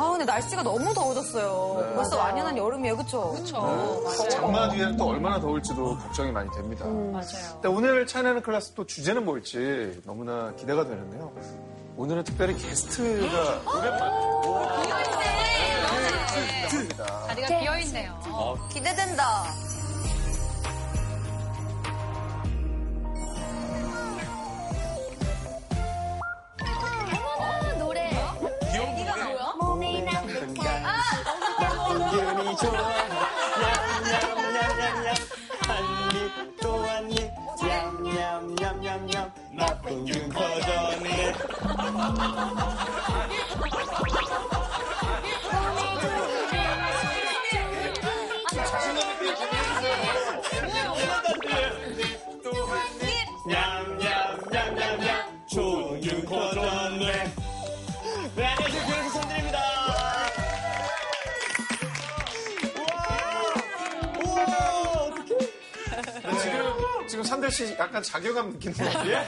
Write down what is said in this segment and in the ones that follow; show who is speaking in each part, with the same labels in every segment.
Speaker 1: 아, 근데 날씨가 너무 더워졌어요. 벌써
Speaker 2: 맞아요.
Speaker 1: 완연한 여름이에요, 그쵸? 그쵸.
Speaker 3: 네. 어, 장마 뒤에는 또 얼마나 더울지도 걱정이 많이 됩니다.
Speaker 1: 음.
Speaker 2: 맞아요.
Speaker 3: 근데 오늘 차이나는 클래스 또 주제는 뭘지 너무나 기대가 되는데요. 오늘은 특별히 게스트가 오랜만입니다.
Speaker 2: 자리가 비어있네요.
Speaker 3: 아,
Speaker 1: 기대된다.
Speaker 4: 노래.
Speaker 1: 네가 뭐야?
Speaker 4: 몸이
Speaker 5: 네,
Speaker 4: 남극한
Speaker 5: 기운이 좋아 냠냠냠냠냠 한입 또 한입 냠냠냠냠냠 나쁜 균 커져네 냠냠냠냠냠 좋은 커졌네 네 안녕하세요 교육수 선들입니다 우와 우와
Speaker 3: 지금, 지금 산들 씨 약간 자괴감 느끼는 것 같아요.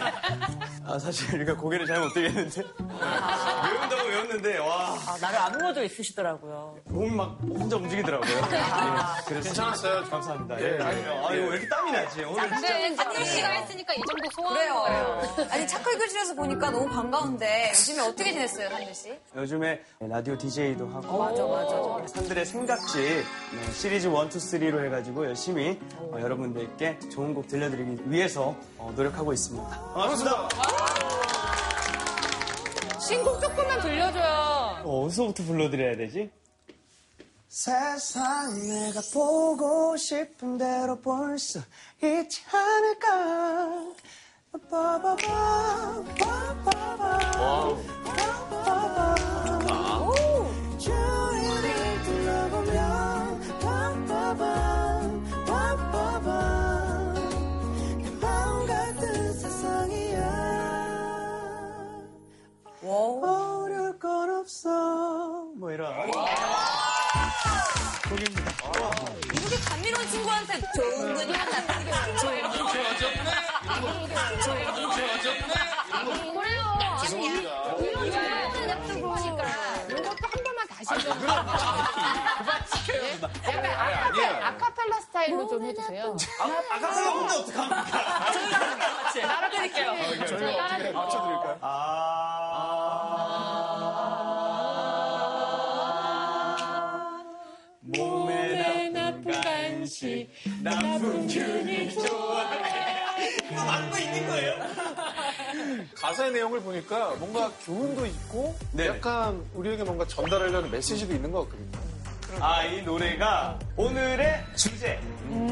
Speaker 5: 아, 사실 그러니까 고개를 잘 못 들겠는데 외운다고 외웠는데 와
Speaker 2: 아, 나를 안무어져 있으시더라고요.
Speaker 5: 몸이 막 혼자 움직이더라고요. 예, 그래서
Speaker 3: 괜찮았어요.
Speaker 5: 감사합니다. 예, 아니요. 아, 이거 왜 이렇게 땀이 나지?
Speaker 1: 네,
Speaker 5: 오늘 진짜
Speaker 2: 근데 한글 네, 씨가 했으니까 이 정도 소화한 거예요.
Speaker 1: 그래요. 아니, 차클 교실에서 보니까 너무 반가운데, 요즘에 어떻게 지냈어요, 한글씨?
Speaker 5: 요즘에 라디오 DJ도 하고
Speaker 1: 맞아, 맞아.
Speaker 5: 산들의 생각지 네, 시리즈 1, 2, 3로 해가지고 열심히 어, 여러분들께 좋은 곡 들려드리기 위해서 어, 노력하고 있습니다. 반갑습니다.
Speaker 2: 신곡 조금만 들려줘요.
Speaker 5: 어, 어디서부터 불러드려야 되지? 세상 내가 보고 싶은 대로 볼 수 있지 않을까 빠바바 빠바바 빠바바 주위를 둘러보면 빠바바 빠바바 내 마음 같은 세상이야
Speaker 1: 와
Speaker 5: 어려울 건 없어. 뭐 이런. 곡입니다.
Speaker 1: 이렇게 감미로운 친구한테 좋은 근이 하나 생겨요. 네.
Speaker 6: 이것도 한 번만 다시 좀. 약간 아카펠, 아카펠라 스타일로 좀 해주세요.
Speaker 5: 아카펠라 혼자 어떡합니까?
Speaker 6: 네,
Speaker 2: 따라드릴게요.
Speaker 3: 저희가 어떻게 맞춰드릴까요?
Speaker 5: 아. 몸에 나쁜 간식, 나쁜 균이 좋아해. 이거 맞고 있는 거예요?
Speaker 3: 가사의 내용을 보니까 뭔가 교훈도 있고
Speaker 5: 네.
Speaker 3: 약간 우리에게 뭔가 전달하려는 메시지도 있는 것 같거든요.
Speaker 5: 아, 이 노래가 오늘의 주제.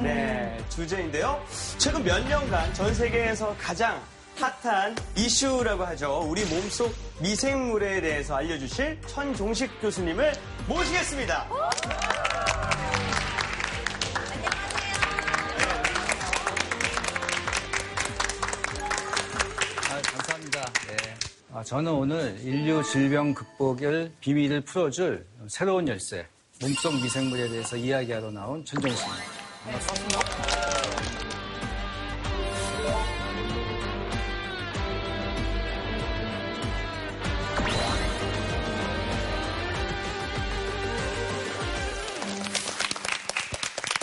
Speaker 5: 네, 주제인데요. 최근 몇 년간 전 세계에서 가장 핫한 이슈라고 하죠. 우리 몸속 미생물에 대해서 알려주실 천종식 교수님을 모시겠습니다.
Speaker 7: 아, 감사합니다. 예. 아, 저는 오늘 인류 질병 극복을 비밀을 풀어줄 새로운 열쇠, 몸속 미생물에 대해서 이야기하러 나온 천정수입니다.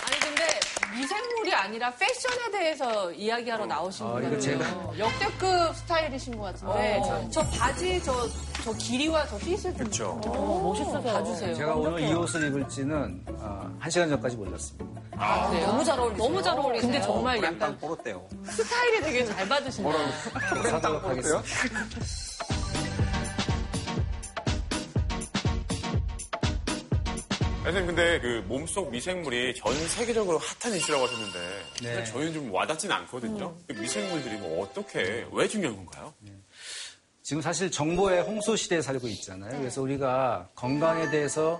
Speaker 6: 아니, 근데 미생물이 아니라 패션에 대해서 이야기하러 나오신
Speaker 7: 아, 이거 제가 어.
Speaker 6: 역대급 스타일이신 것 같은데 저 바지 저, 저 길이와 저 핏을 좀
Speaker 3: 그렇죠.
Speaker 6: 멋있어서 봐주세요.
Speaker 7: 제가 오늘 이 옷을 입을지는 어, 한 시간 전까지 몰랐습니다.
Speaker 6: 아,
Speaker 7: 아,
Speaker 6: 너무 잘 어울리세요. 너무 잘 어울리세요. 근데 정말 약간
Speaker 7: 보로 떼요.
Speaker 6: 스타일이 되게 잘 받으신다.
Speaker 7: 사도록 하겠습니다.
Speaker 3: 어때요?
Speaker 8: 선생님 근데 그 몸속 미생물이 전 세계적으로 핫한 이슈라고 하셨는데
Speaker 7: 네.
Speaker 8: 사실 저희는 좀 와닿진 않거든요. 그 미생물들이 뭐 어떻게 왜 중요한 건가요?
Speaker 7: 지금 사실 정보의 홍수 시대에 살고 있잖아요. 그래서 우리가 건강에 대해서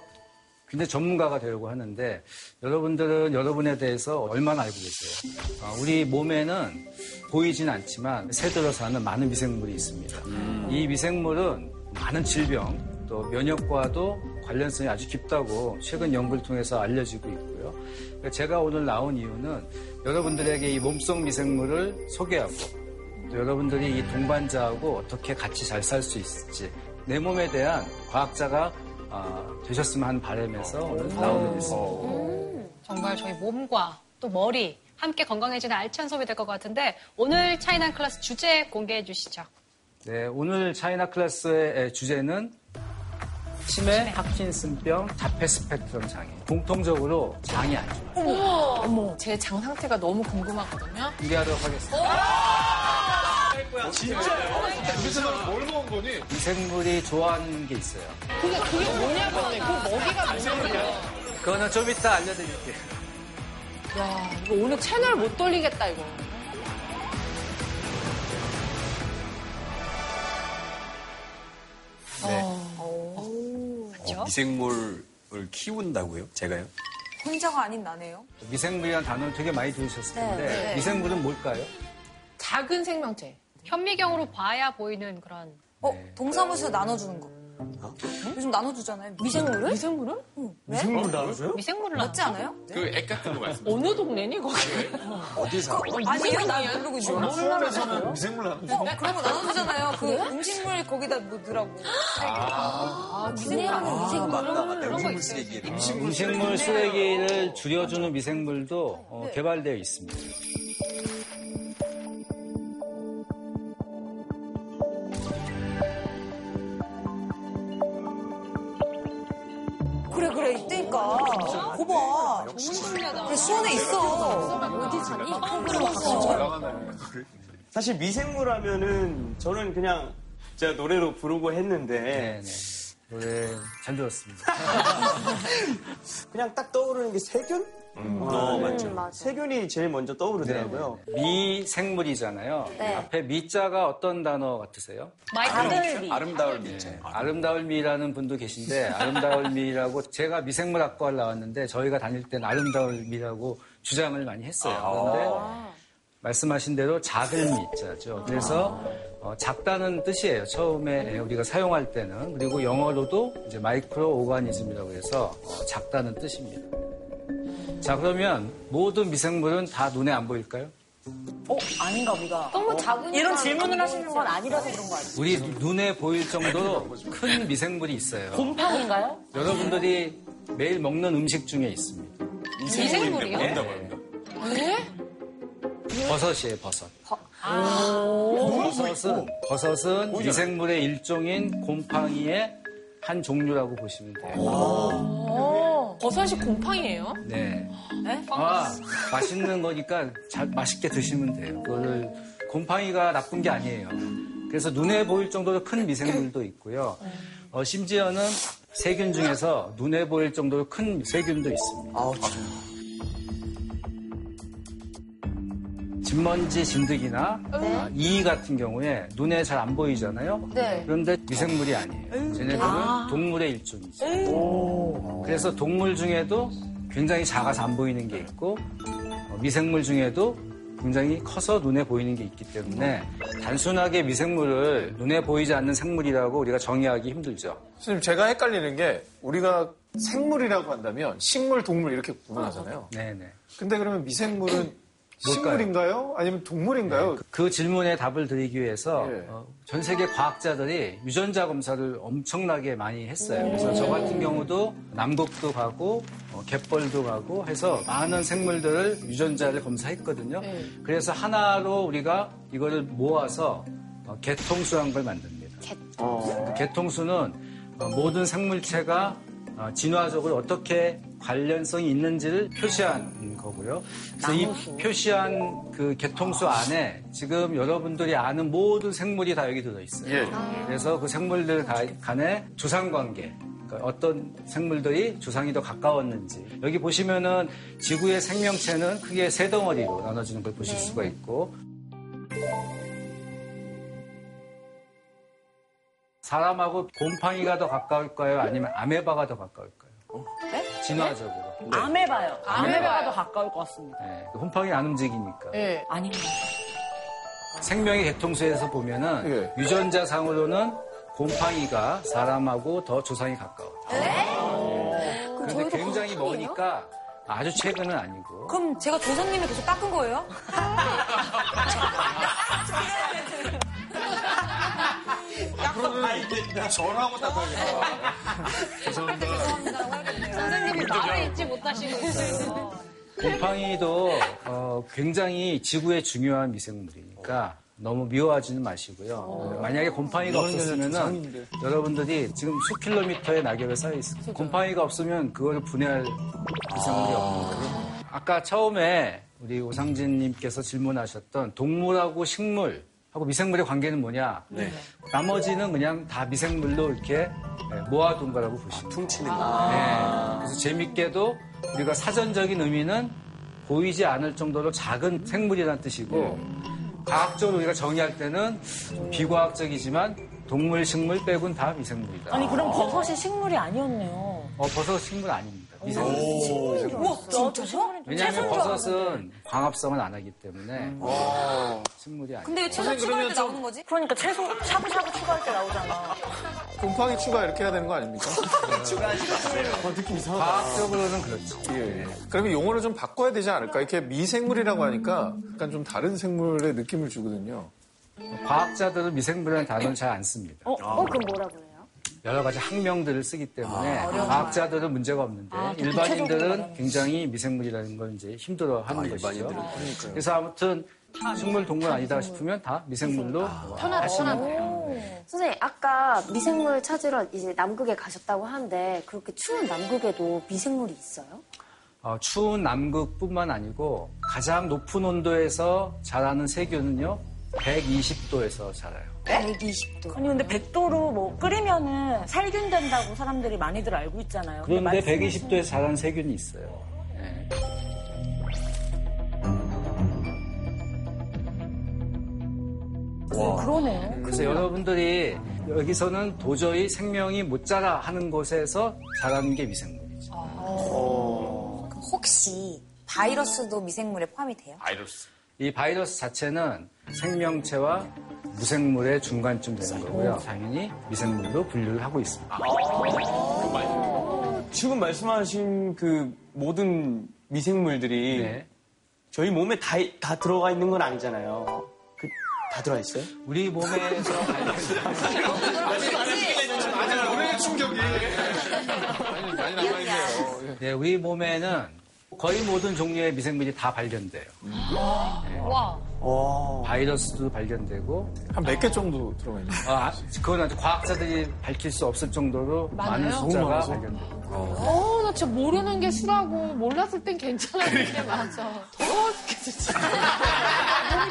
Speaker 7: 굉장히 전문가가 되려고 하는데 여러분들은 여러분에 대해서 얼마나 알고 계세요? 아, 우리 몸에는 보이진 않지만 새들어 사는 많은 미생물이 있습니다. 이 미생물은 많은 질병 또 면역과도 관련성이 아주 깊다고 최근 연구를 통해서 알려지고 있고요. 그러니까 제가 오늘 나온 이유는 여러분들에게 이 몸속 미생물을 소개하고 또 여러분들이 이 동반자하고 어떻게 같이 잘 살 수 있을지 내 몸에 대한 과학자가 아, 되셨으면 하는 바람에서 오늘 나오게 됐습니다.
Speaker 2: 음. 정말 저희 몸과 또 머리 함께 건강해지는 알찬 소비 될 것 같은데 오늘 차이나 클래스 주제 공개해 주시죠.
Speaker 7: 네, 오늘 차이나 클래스의 주제는 치매, 파킨슨병, 자폐 스펙트럼 장애. 공통적으로 장이 안 좋아요.
Speaker 6: 제 장 상태가 너무 궁금하거든요.
Speaker 7: 공개하도록 하겠습니다.
Speaker 3: 그래서 뭘 먹은 거니?
Speaker 7: 이 생물이 좋아하는 게 있어요.
Speaker 6: 그게, 그게 뭐냐고. 그
Speaker 3: 네?
Speaker 6: 먹이가 뭐냐고.
Speaker 7: 그거는 좀 이따 알려드릴게요.
Speaker 6: 야, 이거 오늘 채널 못 돌리겠다, 이거.
Speaker 3: 네.
Speaker 1: 어.
Speaker 3: 어,
Speaker 4: 어, 미생물을 키운다고요? 제가요?
Speaker 1: 혼자가 아닌 나네요.
Speaker 7: 미생물이라는 단어를 되게 많이 들으셨을 텐데 미생물은 뭘까요?
Speaker 6: 작은 생명체.
Speaker 2: 현미경으로 봐야 보이는 그런
Speaker 1: 어, 동사무소 나눠주는 거. 요즘 나눠주잖아요. 음. 미생물을?
Speaker 6: 미생물은?
Speaker 1: 왜?
Speaker 2: 미생물을
Speaker 1: 맞지
Speaker 2: 낳는
Speaker 1: 않아요?
Speaker 8: 그 액 같은 거 말씀.
Speaker 6: 어느 동네니, 거기?
Speaker 1: 아니, 이건 나 모르고 있어.
Speaker 3: 수원에서는 미생물 하는
Speaker 1: 어,
Speaker 6: 네,
Speaker 1: 그런 거 나눠주잖아요. 그 음식물 거기다 뭐 넣으라고.
Speaker 6: 아, 미생물.
Speaker 4: 아, 맞다, 맞다.
Speaker 2: 그런 거
Speaker 4: 음식물
Speaker 2: 있어요.
Speaker 4: 쓰레기를.
Speaker 7: 음식물 쓰레기를 줄여주는 미생물도 어, 개발되어 있습니다.
Speaker 1: 그래, 그래, 있다니까.
Speaker 9: 그러니까.
Speaker 1: 고봐. 그래, 수원에 있어.
Speaker 5: 사실 미생물 하면은 저는 그냥 제가 노래로 부르고 했는데
Speaker 7: 네, 네. 노래 잘 들었습니다.
Speaker 5: 그냥 딱 떠오르는 게 세균?
Speaker 7: 음.
Speaker 5: 어, 맞죠. 세균이 제일 먼저 떠오르더라고요.
Speaker 7: 미생물이잖아요. 네, 앞에 미자가 어떤 단어 같으세요?
Speaker 2: 마이크로비
Speaker 4: 아름다울 미자.
Speaker 7: 예. 아름다울 미라는 분도 계신데 아름다울 미라고 제가 미생물학과를 나왔는데 저희가 다닐 땐 아름다울 미라고 주장을 많이 했어요. 그런데 말씀하신 대로 작은 미자죠. 그래서 어, 작다는 뜻이에요. 처음에 우리가 사용할 때는 그리고 영어로도 이제 마이크로 오가니즘이라고 해서 어, 작다는 뜻입니다. 자 그러면 모든 미생물은 다 눈에 안 보일까요?
Speaker 2: 너무 작은
Speaker 1: 어, 이런 질문을 하시는 건 아니라서 그런 거 아니에요?
Speaker 7: 우리 눈에 보일 정도로 큰 미생물이 있어요.
Speaker 2: 곰팡인가요?
Speaker 1: 네.
Speaker 7: 여러분들이 매일 먹는 음식 중에 있습니다. 네.
Speaker 2: 미생물이요?
Speaker 4: 뭐?
Speaker 8: 뭔다 말인가?
Speaker 4: 네?
Speaker 7: 버섯이에요, 버섯. 아.
Speaker 8: 뭐
Speaker 7: 버섯은, 버섯은 미생물의 일종인 곰팡이의 한 종류라고 보시면 돼요.
Speaker 1: 어.
Speaker 6: 어, 버섯이 곰팡이에요?
Speaker 7: 네. 아, 맛있는 거니까 잘 맛있게 드시면 돼요. 그거를 곰팡이가 나쁜 게 아니에요. 그래서 눈에 보일 정도로 큰 미생물도 있고요. 어, 심지어는 세균 중에서 눈에 보일 정도로 큰 세균도 있습니다. 진먼지 진드기나 아, 이 같은 경우에 눈에 잘 안 보이잖아요.
Speaker 3: 네.
Speaker 7: 그런데 미생물이 아니에요. 쟤네들은 동물의 일종이죠. 그래서 동물 중에도 굉장히 작아서 안 보이는 게 있고 어, 미생물 중에도 굉장히 커서 눈에 보이는 게 있기 때문에 단순하게 미생물을 눈에 보이지 않는 생물이라고 우리가 정의하기 힘들죠.
Speaker 3: 선생님 제가 헷갈리는 게 우리가 생물이라고 한다면 식물, 동물 이렇게 구분하잖아요.
Speaker 7: 네네.
Speaker 3: 근데 그러면 미생물은 식물인가요? 아니면 동물인가요?
Speaker 7: 그 질문에 답을 드리기 위해서
Speaker 3: 예.
Speaker 7: 어, 전 세계 과학자들이 유전자 검사를 엄청나게 많이 했어요. 그래서 저 같은 경우도 남극도 가고 어, 갯벌도 가고 해서 많은 생물들을 유전자를 검사했거든요. 그래서 하나로 우리가 이거를 모아서 어, 개통수란 걸 만듭니다. 그 개통수는 어, 모든 생물체가 어, 진화적으로 어떻게 관련성이 있는지를 표시한 거고요. 그래서 이 표시한 그 개통수 안에 지금 여러분들이 아는 모든 생물이 다 여기 들어있어요.
Speaker 3: 예.
Speaker 7: 그래서 그 생물들 가- 간의 조상관계. 그러니까 어떤 생물들이 조상이 더 가까웠는지 여기 보시면은 지구의 생명체는 크게 세 덩어리로 나눠지는 걸 보실 수가 있고 사람하고 곰팡이가 더 가까울까요? 아니면 아메바가 더 가까울까요? 진화적으로.
Speaker 2: 네. 아메바요. 아메바가 더 가까울 것 같습니다.
Speaker 7: 네, 그러니까. 곰팡이 안 움직이니까.
Speaker 6: 네.
Speaker 1: 아닌가.
Speaker 7: 생명의 개통수에서 보면은
Speaker 3: 예.
Speaker 7: 유전자상으로는 곰팡이가 사람하고 더 조상이 가까워. 그런데 굉장히 머니까 아주 최근은 아니고.
Speaker 1: 그럼 제가 조상님을 계속 깎은 거예요?
Speaker 5: 앞으로는 알겠다.
Speaker 3: 저하고 딱
Speaker 2: 선생님이 말을 잊지 못하시고 있어요.
Speaker 7: 곰팡이도 어, 굉장히 지구에 중요한 미생물이니까 너무 미워하지는 마시고요. 만약에 곰팡이가 없었으면은 여러분들이 지금 수킬로미터의 낙엽에 쌓여 있어요. 곰팡이가 없으면 그거를 분해할 미생물이 없는 거예요. 아까 처음에 우리 오상진님께서 질문하셨던 동물하고 식물 하고 미생물의 관계는 뭐냐? 나머지는 그냥 다 미생물로 이렇게 예, 모아둔 거라고 보시면 돼요.
Speaker 4: 퉁치는 거.
Speaker 7: 네. 그래서 재밌게도 우리가 사전적인 의미는 보이지 않을 정도로 작은 생물이라는 뜻이고 과학적으로 우리가 정의할 때는 좀 비과학적이지만 동물, 식물 빼곤 다 미생물이다.
Speaker 9: 아니 그럼 버섯이 식물이 아니었네요.
Speaker 7: 어, 버섯 식물 아닙니다. 미생물.
Speaker 9: 우와 진짜요?
Speaker 7: 왜냐하면 버섯은 광합성을 안 하기 때문에 식물이 아니에요.
Speaker 1: 근데 왜 채소 추가할 때 나오는 거지?
Speaker 9: 그러니까 채소 샤브샤브 추가할 때 나오잖아.
Speaker 3: 곰팡이 추가 이렇게 해야 되는 거 아닙니까?
Speaker 7: 과학적으로는 그렇죠.
Speaker 3: 예. 그러면 용어를 좀 바꿔야 되지 않을까? 이렇게 미생물이라고 하니까 약간 좀 다른 생물의 느낌을 주거든요.
Speaker 7: 과학자들은 미생물이라는 단어를 잘 안 씁니다.
Speaker 9: 어, 어 그럼 뭐라고 해요?
Speaker 7: 여러 가지 학명들을 쓰기 때문에
Speaker 9: 아.
Speaker 7: 과학자들은 문제가 없는데
Speaker 9: 그
Speaker 7: 일반인들은 굉장히 미생물이라는 걸 이제 힘들어하는 것이죠. 아, 그래서 아무튼 식물 동물 아니다 싶으면 다 미생물로
Speaker 9: 아.
Speaker 7: 다시
Speaker 10: 선생님 아까 미생물 찾으러 이제 남극에 가셨다고 하는데 그렇게 추운 남극에도 미생물이 있어요?
Speaker 7: 어, 추운 남극뿐만 아니고 가장 높은 온도에서 자라는 세균은요 120도에서 자라요.
Speaker 9: 120도. 네? 아니 근데 100도로 뭐 끓이면은 살균 된다고 사람들이 많이들 알고 있잖아요. 근데
Speaker 7: 그런데
Speaker 9: 말씀하신
Speaker 7: 120도에서 자라는 세균이 있어요. 예.
Speaker 1: 아.
Speaker 9: 그러네요.
Speaker 7: 그래서 여러분들이 여기서는 도저히 생명이 못 자라 하는 곳에서 자라는 게 미생물이죠.
Speaker 1: 혹시 바이러스도 미생물에 포함이 돼요?
Speaker 8: 바이러스.
Speaker 7: 이 바이러스 자체는 생명체와 무생물의 중간쯤 되는 거고요. 당연히 미생물로 분류를 하고
Speaker 3: 아,
Speaker 7: 있습니다.
Speaker 5: 지금 말씀하신 그 모든 미생물들이
Speaker 7: 네.
Speaker 5: 저희 몸에 다, 다 들어가 있는 건 아니잖아요. 그, 다 들어가 있어요?
Speaker 7: 우리 몸에서 발견-
Speaker 3: 노래 충격이 많이, 많이 남아있네요. 예.
Speaker 7: 네, 우리 몸에는 거의 모든 종류의 미생물이 다 발견돼요.
Speaker 2: 와.
Speaker 7: 바이러스도 발견되고
Speaker 3: 한 몇 개 정도 들어가 있네요.
Speaker 7: 아, 그건 아직 과학자들이 밝힐 수 없을 정도로 많은 숫자가 발견돼요.
Speaker 6: 어, 나 진짜 모르는 게 싫어하고 몰랐을 땐
Speaker 5: 그러니까.
Speaker 6: 괜찮았는 게 맞아. 더워 죽겠어, 진짜.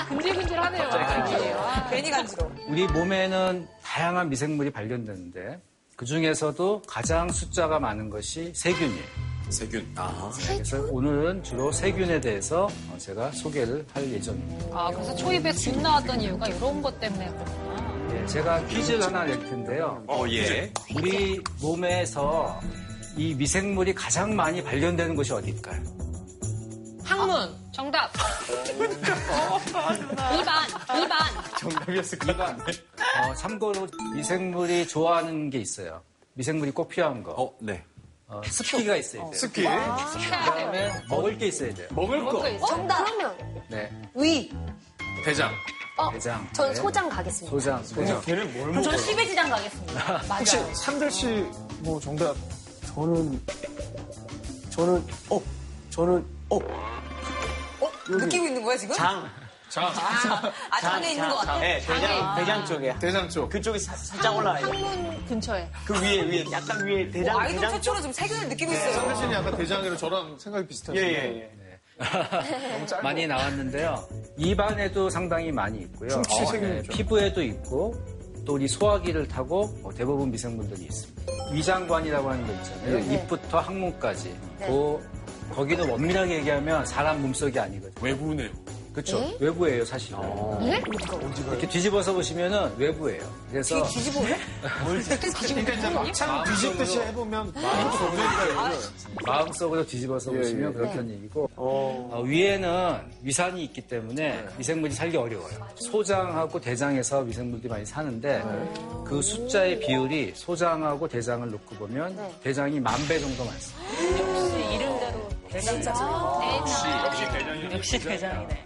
Speaker 6: 몸이 근질근질하네요.
Speaker 1: 아.
Speaker 6: 아,
Speaker 1: 괜히 간지러워.
Speaker 7: 우리 몸에는 다양한 미생물이 발견되는데 그 중에서도 가장 숫자가 많은 것이 세균이에요. 네,
Speaker 4: 세균. 아.
Speaker 7: 그래서 오늘은 주로 세균에 대해서 어, 제가 소개를 할 예정입니다.
Speaker 2: 아, 그래서 초입에 집 나왔던 이유가 이런 것 때문에 그렇구나.
Speaker 7: 예, 제가 퀴즈를 하나 낼 텐데요.
Speaker 4: 어, 예.
Speaker 7: 우리 몸에서 이 미생물이 가장 많이 발견되는 곳이 어디일까요?
Speaker 2: 항문. 아, 정답.
Speaker 6: 그러니까.
Speaker 2: 2반. 2반.
Speaker 7: 어, 참고로 미생물이 좋아하는 게 있어요. 미생물이 꼭 필요한 거.
Speaker 4: 어, 네.
Speaker 7: 어, 습기가 있어야 돼요.
Speaker 3: 특히
Speaker 7: 그다음에 먹을 게 있어야 돼요.
Speaker 3: 먹을 거.
Speaker 10: 정답. 그러면
Speaker 7: 네,
Speaker 10: 위.
Speaker 3: 대장.
Speaker 7: 대장.
Speaker 10: 전
Speaker 7: 네,
Speaker 10: 소장 가겠습니다.
Speaker 7: 소장. 소장.
Speaker 9: 어, 그럼 저는 시베지장 가겠습니다.
Speaker 3: 혹시 산들 씨 뭐 정답
Speaker 5: 저는, 저는, 어, 저는, 어,
Speaker 1: 느끼고 있는 거야, 지금?
Speaker 5: 장.
Speaker 1: 아, 안에 있는 것 같아. 아, 네.
Speaker 5: 네, 대장, 대장 쪽이야.
Speaker 3: 아, 대장 쪽.
Speaker 5: 그쪽이 사- 살짝 올라와 있어.
Speaker 6: 창문 근처에.
Speaker 5: 그 위에, 위에, 약간 위에 대장,
Speaker 1: 뭐
Speaker 5: 네.
Speaker 1: 아이돌
Speaker 5: 대장
Speaker 1: 최초로 지금 세균을 느끼고 있어요.
Speaker 3: 산들 씨는 약간 대장이라 저랑 생각이 비슷해요.
Speaker 5: 예, 예, 예.
Speaker 7: 많이 나왔는데요. 입안에도 상당히 많이 있고요.
Speaker 3: 충치
Speaker 7: 어,
Speaker 3: 세균이죠.
Speaker 7: 피부에도 있고 또 우리 소화기를 타고 어, 대부분 미생물들이 있습니다. 위장관이라고 하는 거 있잖아요. 입부터 항문까지. 그 거기는 원밀하게 얘기하면 사람 몸속이 아니거든요.
Speaker 8: 외부네요.
Speaker 7: 그렇죠. 외부예요, 사실은.
Speaker 1: 네?
Speaker 3: 네?
Speaker 7: 이렇게 뒤집어서 보시면은 외부예요. 그래서
Speaker 3: 그러니까 이제 막창 뒤집듯이 해보면
Speaker 1: 아,
Speaker 7: 마음속으로 뒤집어서
Speaker 3: 예,
Speaker 7: 보시면
Speaker 3: 예.
Speaker 9: 네.
Speaker 7: 그렇다는 얘기고 어, 위에는 위산이 있기 때문에
Speaker 3: 네.
Speaker 7: 미생물이 살기 어려워요. 소장하고 대장에서 미생물들이 많이 사는데
Speaker 9: 아.
Speaker 7: 그 숫자의 비율이 소장하고 대장을 놓고 보면
Speaker 9: 네.
Speaker 7: 대장이 만 배 정도 많습니다.
Speaker 5: 아,
Speaker 9: 역시 대장이네.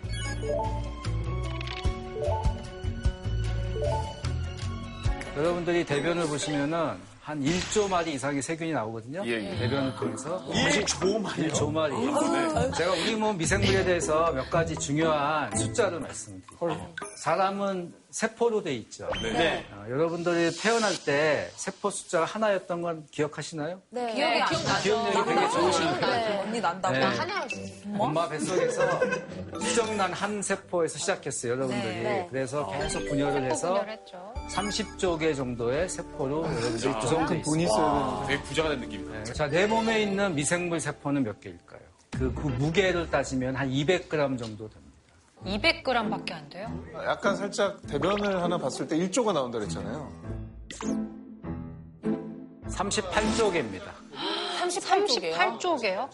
Speaker 7: 여러분들이 대변을 보시면은 한 1조 마리 이상의 세균이 나오거든요.
Speaker 8: 예, 예.
Speaker 7: 대변을 통해서.
Speaker 5: 1조 마리요?
Speaker 7: 1조 마리. 제가 우리 몸 미생물에 대해서 몇 가지 중요한 숫자를 말씀드릴게요. 사람은 세포로 돼 있죠.
Speaker 5: 네.
Speaker 7: 어, 여러분들이 태어날 때 세포 숫자가 하나였던 건 기억하시나요?
Speaker 10: 네.
Speaker 1: 기억이 기억나죠.
Speaker 7: 기억력이 되게 좋으신
Speaker 1: 언니 난다고.
Speaker 7: 네.
Speaker 6: 하나였어요.
Speaker 1: 뭐?
Speaker 2: 뭐?
Speaker 7: 엄마 뱃속에서 수정난 한 세포에서 시작했어요, 여러분들이. 그래서 계속 분열을 해서
Speaker 2: 네, 분열했죠.
Speaker 7: 30조 개 정도의 세포로 여러분들이 구성돼
Speaker 3: 그만큼
Speaker 7: 있어요.
Speaker 3: 돈이 있어야 되는데.
Speaker 8: 되게 부자가 된 느낌이다.
Speaker 7: 네. 자, 내 몸에 있는 미생물 세포는 몇 개일까요? 그, 그 무게를 따지면 한 200g 정도 됩니다.
Speaker 2: 200g밖에 안 돼요?
Speaker 3: 아, 약간 살짝 대변을 하나 봤을 때 1조가 나온다 그랬잖아요.
Speaker 7: 38조 개입니다.
Speaker 2: 38조개요?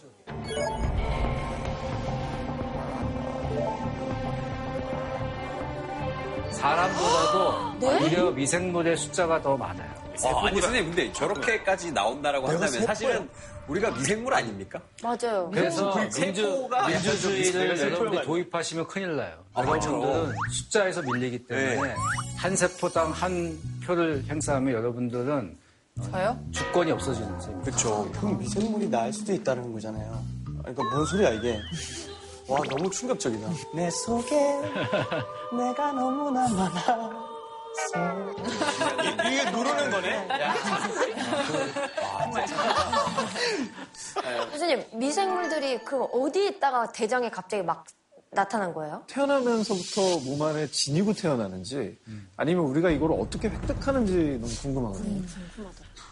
Speaker 7: 사람보다도 오히려 미생물의 숫자가 더 많아요.
Speaker 4: 아, 아니 선생님 근데 저렇게까지 나온다라고 한다면
Speaker 3: 세포야?
Speaker 4: 사실은 우리가 미생물 아닙니까?
Speaker 10: 맞아요.
Speaker 7: 그래서
Speaker 9: 음.
Speaker 7: 민주,
Speaker 4: 세포가
Speaker 7: 민주주의를
Speaker 4: 약간 좀
Speaker 7: 여러분들이
Speaker 4: 비슷해요.
Speaker 7: 도입하시면 큰일 나요.
Speaker 4: 아, 맞죠.
Speaker 5: 어.
Speaker 7: 여러분들은 숫자에서 밀리기 때문에
Speaker 4: 네.
Speaker 7: 한 세포당 한 표를 행사하면 여러분들은
Speaker 1: 저요?
Speaker 7: 주권이 없어지는 셈이에요.
Speaker 5: 그렇죠. 그럼 미생물이 나을 수도 있다는 거잖아요. 그러니까 뭔 소리야 이게? 와 너무 충격적이다. 내 속에 내가 너무나 많아. 이게 누르는 거네.
Speaker 10: 네. 선생님, 미생물들이 그럼 어디 있다가 대장에 갑자기 막 나타난 거예요?
Speaker 3: 태어나면서부터 몸 안에 지니고 태어나는지 아니면 우리가 이걸 어떻게 획득하는지 너무 궁금하거든요.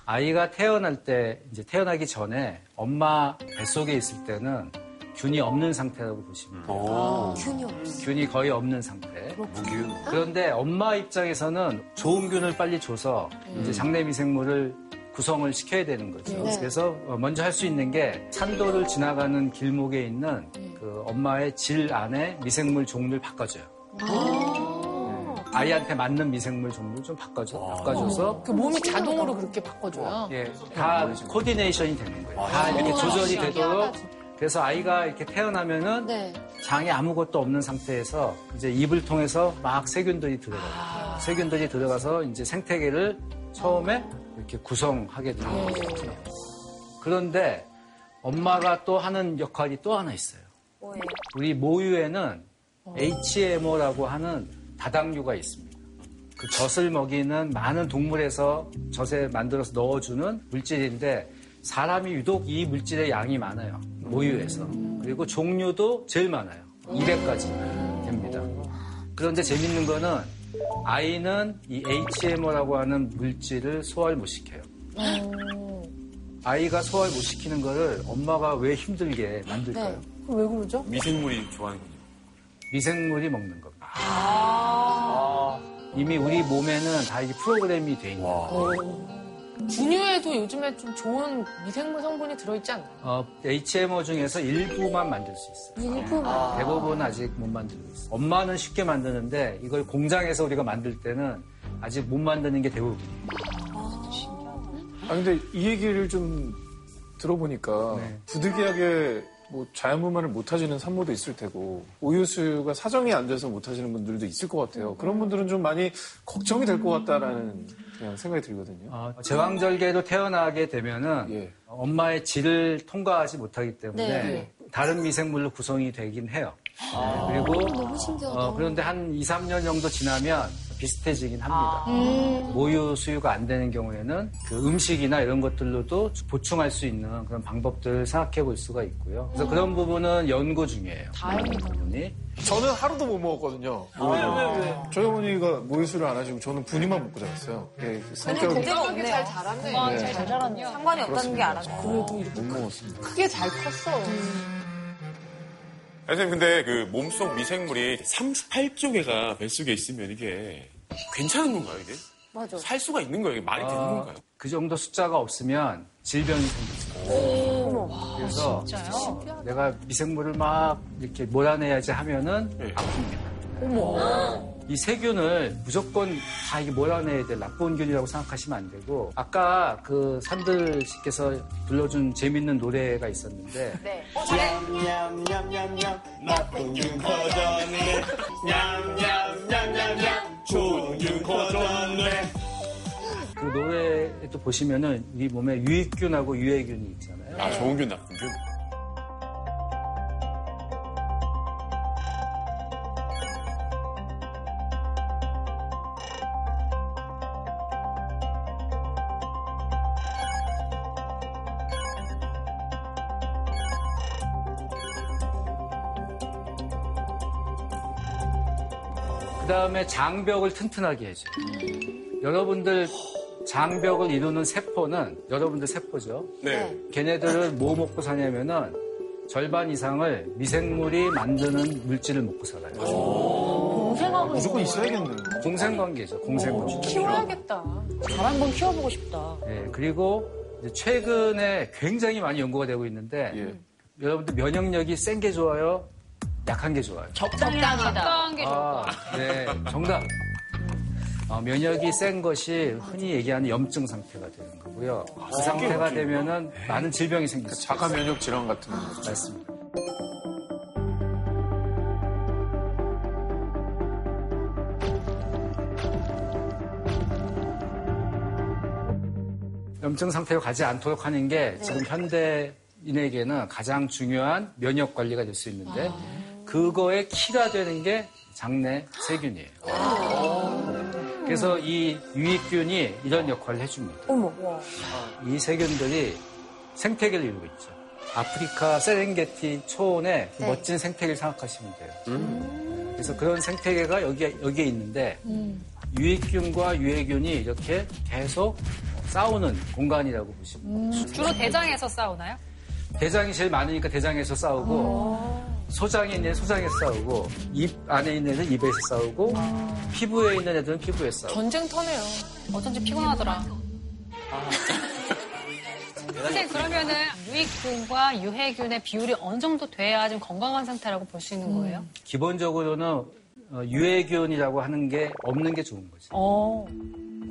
Speaker 7: 아이가 태어날 때 이제 태어나기 전에 엄마 뱃속에 있을 때는 균이 없는 상태라고 보시면 돼요.
Speaker 10: 균이 없어.
Speaker 7: 균이 거의 없는
Speaker 9: 네,
Speaker 7: 상태.
Speaker 4: 무균.
Speaker 6: 아.
Speaker 7: 그런데 엄마 입장에서는 좋은 균을 빨리 줘서
Speaker 6: 네.
Speaker 7: 이제 장내 미생물을 구성을 시켜야 되는 거죠. 그래서 어, 먼저 할 수 있는 게 산도를 지나가는 길목에 있는
Speaker 6: 네.
Speaker 7: 그 엄마의 질 안에 미생물 종류를 바꿔줘요. 네. 아이한테 맞는 미생물 종류를 좀 바꿔줘, 바꿔줘서
Speaker 6: 그 몸이 자동으로 그렇게 바꿔줘요.
Speaker 7: 예, 다 코디네이션이 되는 거예요. 다 이렇게 조절이 되도록. 그래서 아이가 이렇게 태어나면은
Speaker 10: 네.
Speaker 7: 장에 아무것도 없는 상태에서 이제 입을 통해서 막 세균들이 들어가요. 세균들이 들어가서 이제 생태계를 처음에 이렇게 구성하게 되는 거죠. 그런데 엄마가 또 하는 역할이 또 하나 있어요.
Speaker 10: 뭐예요?
Speaker 7: 우리 모유에는 HMO라고 하는 다당류가 있습니다. 그 젖을 먹이는 많은 동물에서 젖에 만들어서 넣어주는 물질인데 사람이 유독 이 물질의 양이 많아요. 모유에서. 그리고 종류도 제일 많아요. 200가지 됩니다. 그런데 재밌는 거는 아이는 이 HMO라고 하는 물질을 소화를 못 시켜요.
Speaker 3: 아,
Speaker 7: 아이가 소화를 못 시키는 거를 엄마가 왜 힘들게
Speaker 6: 네.
Speaker 7: 만들까요?
Speaker 6: 왜 그러죠?
Speaker 8: 네. 미생물이 좋아하는군요.
Speaker 7: 미생물이 먹는 겁니다. 아. 이미 우리 몸에는 다 이게 프로그램이 돼 있는 거예요.
Speaker 6: 분유에도 요즘에 좀 좋은 미생물 성분이 들어있지 않나요?
Speaker 7: 어, HMO 중에서 일부만 만들 수 있어요.
Speaker 10: 일부
Speaker 7: 대부분은 아직 못 만들고 있어요. 엄마는 쉽게 만드는데 이걸 공장에서 우리가 만들 때는 아직 못 만드는 게 대부분이에요.
Speaker 3: 아 근데 이 얘기를 좀 들어보니까
Speaker 5: 네.
Speaker 3: 부득이하게 뭐 자연분만을 못 하시는 산모도 있을 테고 우유 수유가 사정이 안 돼서 못 하시는 분들도 있을 것 같아요. 그런 분들은 좀 많이 걱정이 될 것 같다라는 그냥 생각이 들거든요.
Speaker 7: 어, 제왕절개로 태어나게 되면은
Speaker 3: 예.
Speaker 7: 엄마의 질을 통과하지 못하기 때문에 다른 미생물로 구성이 되긴 해요.
Speaker 8: 아.
Speaker 6: 아.
Speaker 7: 네, 그리고 어, 그런데 한 2, 3년 정도 지나면 비슷해지긴
Speaker 2: 아.
Speaker 7: 합니다.
Speaker 2: 음.
Speaker 7: 모유 수유가 안 되는 경우에는 그 음식이나 이런 것들로도 보충할 수 있는 그런 방법들을 생각해 볼 수가 있고요.
Speaker 2: 음.
Speaker 7: 그래서 그런 부분은 연구
Speaker 5: 예.
Speaker 7: 중이에요. 다행이다. 부분이.
Speaker 3: 저는 하루도 못 먹었거든요.
Speaker 5: 아, 네,
Speaker 3: 모유를. 저희 어머니가 모유 수유를 안 하시고 저는 분유만 먹고 자랐어요. 예, 성격이
Speaker 1: 문제가 없네요.
Speaker 6: 잘하네.
Speaker 2: 잘 자랐군요.
Speaker 1: 상관이 없다는 그 게 알아요.
Speaker 3: 못 먹었습니다.
Speaker 6: 크게 잘 컸어.
Speaker 8: 선생님 근데 그 몸속 미생물이 38조 개가 뱃속에 있으면 이게 괜찮은 건가요 이게?
Speaker 10: 맞아.
Speaker 8: 살 수가 있는 거예요? 이게 말이 되는 건가요?
Speaker 7: 그 정도 숫자가 없으면 질병이 생깁니다. 그래서
Speaker 2: 아, 진짜요?
Speaker 7: 내가 미생물을 막 이렇게 몰아내야지 하면은
Speaker 8: 네.
Speaker 7: 아픕니다. 이 세균을 무조건 다 이게 몰아내야 될 나쁜 균이라고 생각하시면 안 되고 아까 그 산들 씨께서 불러준 재밌는 노래가 있었는데
Speaker 5: 어, 냠냠냠냠냠 나쁜 균 커졌네. 냠냠냠냠냠 좋은 균 커졌네.
Speaker 7: 그 노래에 또 보시면은 우리 몸에 유익균하고 유해균이 있잖아요.
Speaker 8: 아, 좋은 균, 나쁜 균.
Speaker 7: 그 다음에 장벽을 튼튼하게 해줘요. 여러분들 장벽을 이루는 세포는 여러분들 세포죠.
Speaker 8: 네.
Speaker 7: 걔네들은 뭐 먹고 사냐면은 절반 이상을 미생물이 만드는 물질을 먹고 살아요.
Speaker 9: 공생하고 있는 거예요.
Speaker 7: 공생 관계죠. 공생 관계.
Speaker 6: 키워야겠다.
Speaker 9: 잘 한번 키워보고 싶다.
Speaker 7: 예, 그리고 이제 최근에 굉장히 많이 연구가 되고 있는데
Speaker 9: 예.
Speaker 7: 여러분들 면역력이 센 게 좋아요, 약한 게 좋아요.
Speaker 9: 적당하다.
Speaker 2: 어떤 게
Speaker 7: 아, 네, 정답. 어, 면역이 센 것이 흔히 얘기하는 염증 상태가 되는 거고요.
Speaker 9: 아,
Speaker 7: 그 상태가 되면은 많은 질병이 생길 수
Speaker 3: 네. 그러니까 자가
Speaker 7: 있어요.
Speaker 3: 면역 질환 같은 거.
Speaker 7: 맞습니다. 염증 상태로 가지 않도록 하는 게 지금 현대인에게는 가장 중요한 면역 관리가 될 수 있는데 그거의 키가 되는 게 장내 세균이에요.
Speaker 1: 아,
Speaker 7: 그래서 이 유익균이 이런 역할을 해줍니다.
Speaker 9: 어머.
Speaker 7: 이 세균들이 생태계를 이루고 있죠. 아프리카 세렝게티 초원의 그 멋진 생태계를 생각하시면 돼요. 그래서 그런 생태계가 여기에, 여기에 있는데 유익균과 유해균이 이렇게 계속 싸우는 공간이라고 보시면 돼요.
Speaker 2: 음. 주로 대장에서 싸우나요?
Speaker 7: 대장이 제일 많으니까 대장에서 싸우고
Speaker 2: 어.
Speaker 7: 소장이 있는 애는 소장에서 싸우고 입 안에 있는 애는 입에서 싸우고
Speaker 2: 아.
Speaker 7: 피부에 있는 애들은 피부에서 싸우고
Speaker 6: 전쟁터네요.
Speaker 2: 어쩐지 피곤하더라. 선생님 그러면은 유익균과 유해균의 비율이 어느 정도 돼야 좀 건강한 상태라고 볼 수
Speaker 6: 음.
Speaker 2: 있는 거예요?
Speaker 7: 기본적으로는 어, 유해균이라고 하는 게 없는 게 좋은 거죠.
Speaker 6: 어.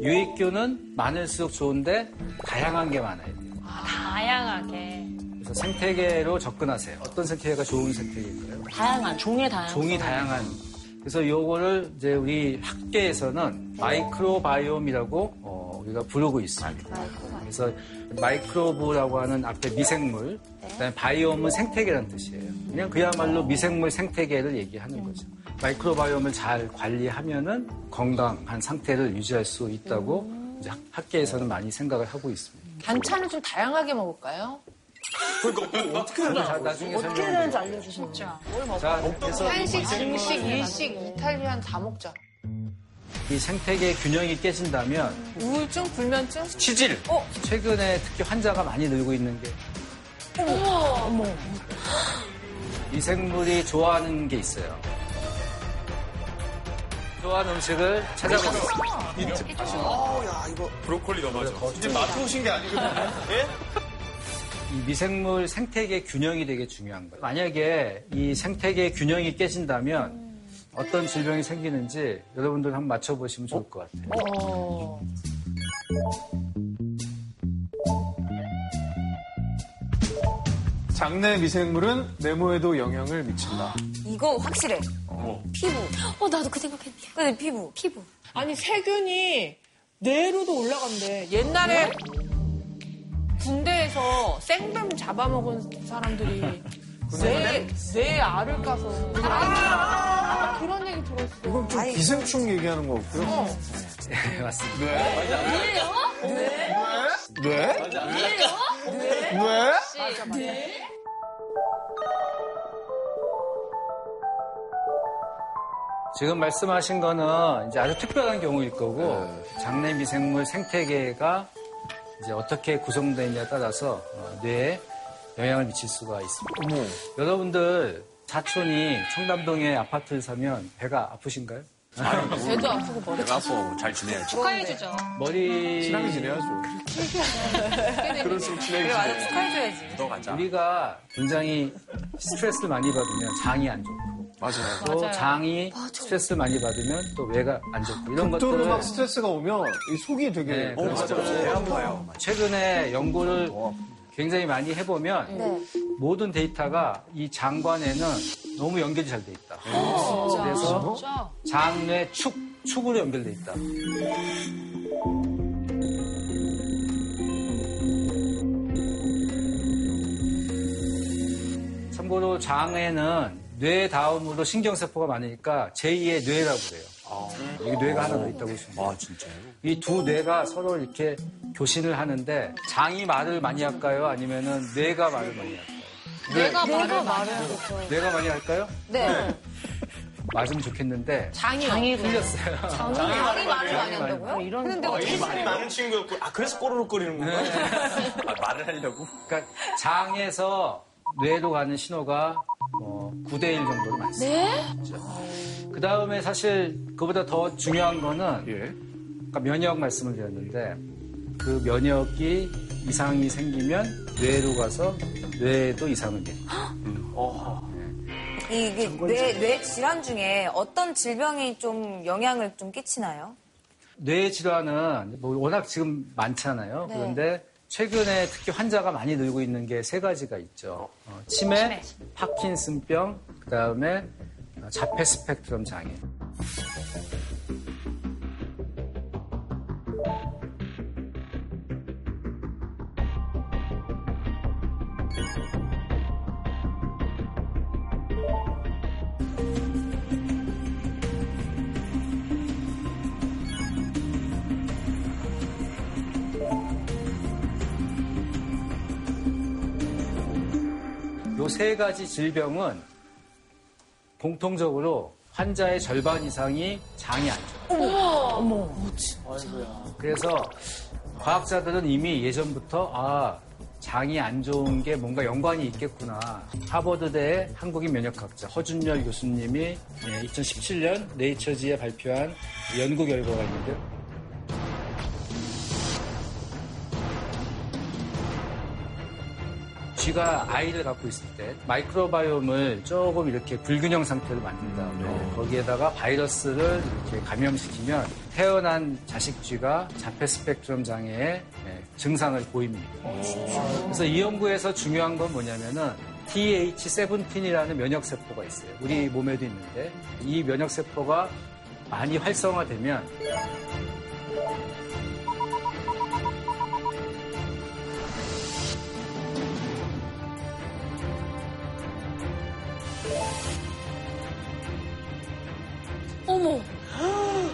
Speaker 7: 유익균은 많을수록 좋은데 다양한 게 많아야 돼요.
Speaker 2: 다양하게.
Speaker 7: 그래서 생태계로 접근하세요. 어떤 생태계가 좋은 생태계일까요?
Speaker 9: 다양한, 종의 다양한.
Speaker 7: 종이 다양한. 그래서 요거를 이제 우리 학계에서는
Speaker 9: 네.
Speaker 7: 마이크로바이옴이라고 어, 우리가 부르고 있습니다. 그래서 마이크로브라고 하는 앞에 미생물,
Speaker 9: 네.
Speaker 7: 그다음에 바이옴은 생태계라는 뜻이에요. 그냥 그야말로 미생물 생태계를 얘기하는 거죠. 마이크로바이옴을 잘 관리하면은 건강한 상태를 유지할 수 있다고
Speaker 9: 음.
Speaker 7: 이제 학- 학계에서는 많이 생각을 하고 있습니다.
Speaker 6: 반찬을 좀 다양하게 먹을까요? 그러니까.
Speaker 7: 자, 나중에
Speaker 9: 어떻게
Speaker 7: 설명을
Speaker 9: 되는지
Speaker 7: 드릴게요.
Speaker 9: 알려주시면.
Speaker 7: 자, 그래서 뭐
Speaker 6: 한식, 중식, 일식, 이탈리안 다 먹자.
Speaker 7: 이 생태계 균형이 깨진다면
Speaker 6: 우울증, 불면증?
Speaker 4: 치질.
Speaker 7: 어? 최근에 특히 환자가 많이 늘고 있는 게 미생물이 좋아하는 게 있어요. 좋아하는 음식을 찾아보세요.
Speaker 3: 아,
Speaker 8: 브로콜리 넘어져.
Speaker 5: 맛보신 게 아니고.
Speaker 7: 이 미생물 생태계 균형이 되게 중요한 거예요. 만약에 이 생태계 균형이 깨진다면 어떤 질병이 생기는지 여러분들 한번 맞춰보시면
Speaker 4: 어?
Speaker 7: 좋을 것 같아요.
Speaker 3: 장내 미생물은 내모에도 영향을
Speaker 5: 어.
Speaker 3: 미친다.
Speaker 1: 이거 확실해.
Speaker 10: 피부. 어, 나도 그 생각했는데.
Speaker 1: 근데 피부.
Speaker 10: 피부.
Speaker 6: 아니, 세균이 뇌로도 올라간대. 옛날에 군대에서 생뱀 잡아먹은 사람들이 뇌, 뇌에 알을 까서. 아, 그런 얘기 들었어.
Speaker 3: 이건 좀 기생충 얘기하는 거 없고요.
Speaker 1: 어.
Speaker 7: 네, 맞습니다.
Speaker 6: 네?
Speaker 5: 네?
Speaker 3: 왜?
Speaker 1: 네?
Speaker 3: 왜? 왜?
Speaker 1: 네?
Speaker 3: 네?
Speaker 7: 지금 말씀하신 거는 이제 아주 특별한 경우일 거고
Speaker 3: 네.
Speaker 7: 장내 미생물 생태계가 이제 어떻게 구성되느냐에 따라서 어, 뇌에 영향을 미칠 수가 있습니다.
Speaker 3: 어머.
Speaker 7: 여러분들 사촌이 청담동에 아파트를 사면 배가 아프신가요?
Speaker 6: 뇌도 아프고 머리.
Speaker 4: 내가 뭐, 아파. 잘 지내야지.
Speaker 2: 축하해주죠.
Speaker 7: 머리
Speaker 3: 친하게 지내야죠. 그럴수록 친하게 지내.
Speaker 1: 맞아, 축하해줘야지.
Speaker 4: 네, 묻어가자.
Speaker 7: 우리가 굉장히 스트레스를 많이 받으면 장이 안 좋고
Speaker 3: 맞아요.
Speaker 7: 또 장이 스트레스를 많이 받으면 또 뇌가 안 좋고 이런
Speaker 3: 또는
Speaker 7: 것들을
Speaker 3: 막 스트레스가 오면 이 속이 되게
Speaker 7: 네,
Speaker 3: 어,
Speaker 7: 그런 것들을
Speaker 4: 아파요.
Speaker 7: 최근에 연구를 굉장히 많이 해보면
Speaker 4: 네.
Speaker 1: 네.
Speaker 7: 모든 데이터가 이 장관에는 너무 연결이 잘 돼 있다.
Speaker 4: 아,
Speaker 1: 어,
Speaker 7: 그래서 장뇌 축 축으로 연결돼 있다. 참고로 장에는 뇌 다음으로 신경세포가 많으니까 제2의 뇌라고 그래요. 여기 뇌가 하나 더 있다고 있습니다.
Speaker 4: 아, 진짜요?
Speaker 7: 이 두 뇌가 서로 이렇게 교신을 하는데 장이 말을 많이 할까요? 아니면은 뇌가 말을 많이 할까요?
Speaker 2: 뇌가 말을 많이
Speaker 9: 말해요.
Speaker 7: 뇌가 많이 할까요?
Speaker 1: 네.
Speaker 7: 맞으면 좋겠는데
Speaker 1: 장이요.
Speaker 7: 틀렸어요.
Speaker 1: 장이 말을 많이 한다고요?
Speaker 2: 이런
Speaker 1: 근데 어떻게
Speaker 5: 말이 많은 친구였고, 아, 그래서 꼬르륵거리는
Speaker 7: 네.
Speaker 5: 건가요?
Speaker 4: 아, 말을 하려고?
Speaker 7: 그러니까 장에서 뇌로 가는 신호가 뭐 9대 1 정도로 많습니다.
Speaker 6: 네?
Speaker 11: 네?
Speaker 1: 네.
Speaker 7: 그 다음에 사실 그보다 더 중요한 거는
Speaker 3: 예.
Speaker 7: 아까 면역 말씀을 드렸는데 그 면역이 이상이 생기면 뇌로 가서 뇌에도 네. 이상을 내요.
Speaker 1: 이게 뇌, 뇌 질환 중에 어떤 질병이 좀 영향을 좀 끼치나요?
Speaker 7: 뇌 질환은 뭐 워낙 지금 많잖아요. 그런데 최근에 특히 환자가 많이 늘고 있는 게 세 가지가 있죠. 어, 치매, 파킨슨병, 그 다음에 자폐 스펙트럼 장애. 요 세 가지 질병은 공통적으로 환자의 절반 이상이 장이 안 좋아요. 어머, 그래서 과학자들은 이미 예전부터 아 장이 안 좋은 게 뭔가 연관이 있겠구나. 하버드대 한국인 면역학자 허준열 교수님이 2017년 네이처지에 발표한 연구 결과가 있는데요. 쥐가 아이를 갖고 있을 때 마이크로바이옴을 조금 이렇게 불균형 상태로 만든 다음에 네, 거기에다가 바이러스를 이렇게 감염시키면 태어난 자식 쥐가 자폐 스펙트럼 장애의 예, 증상을 보입니다. 그래서 이 연구에서 중요한 건 뭐냐면은 TH17이라는 면역세포가 있어요. 우리 몸에도 있는데 이 면역세포가 많이 활성화되면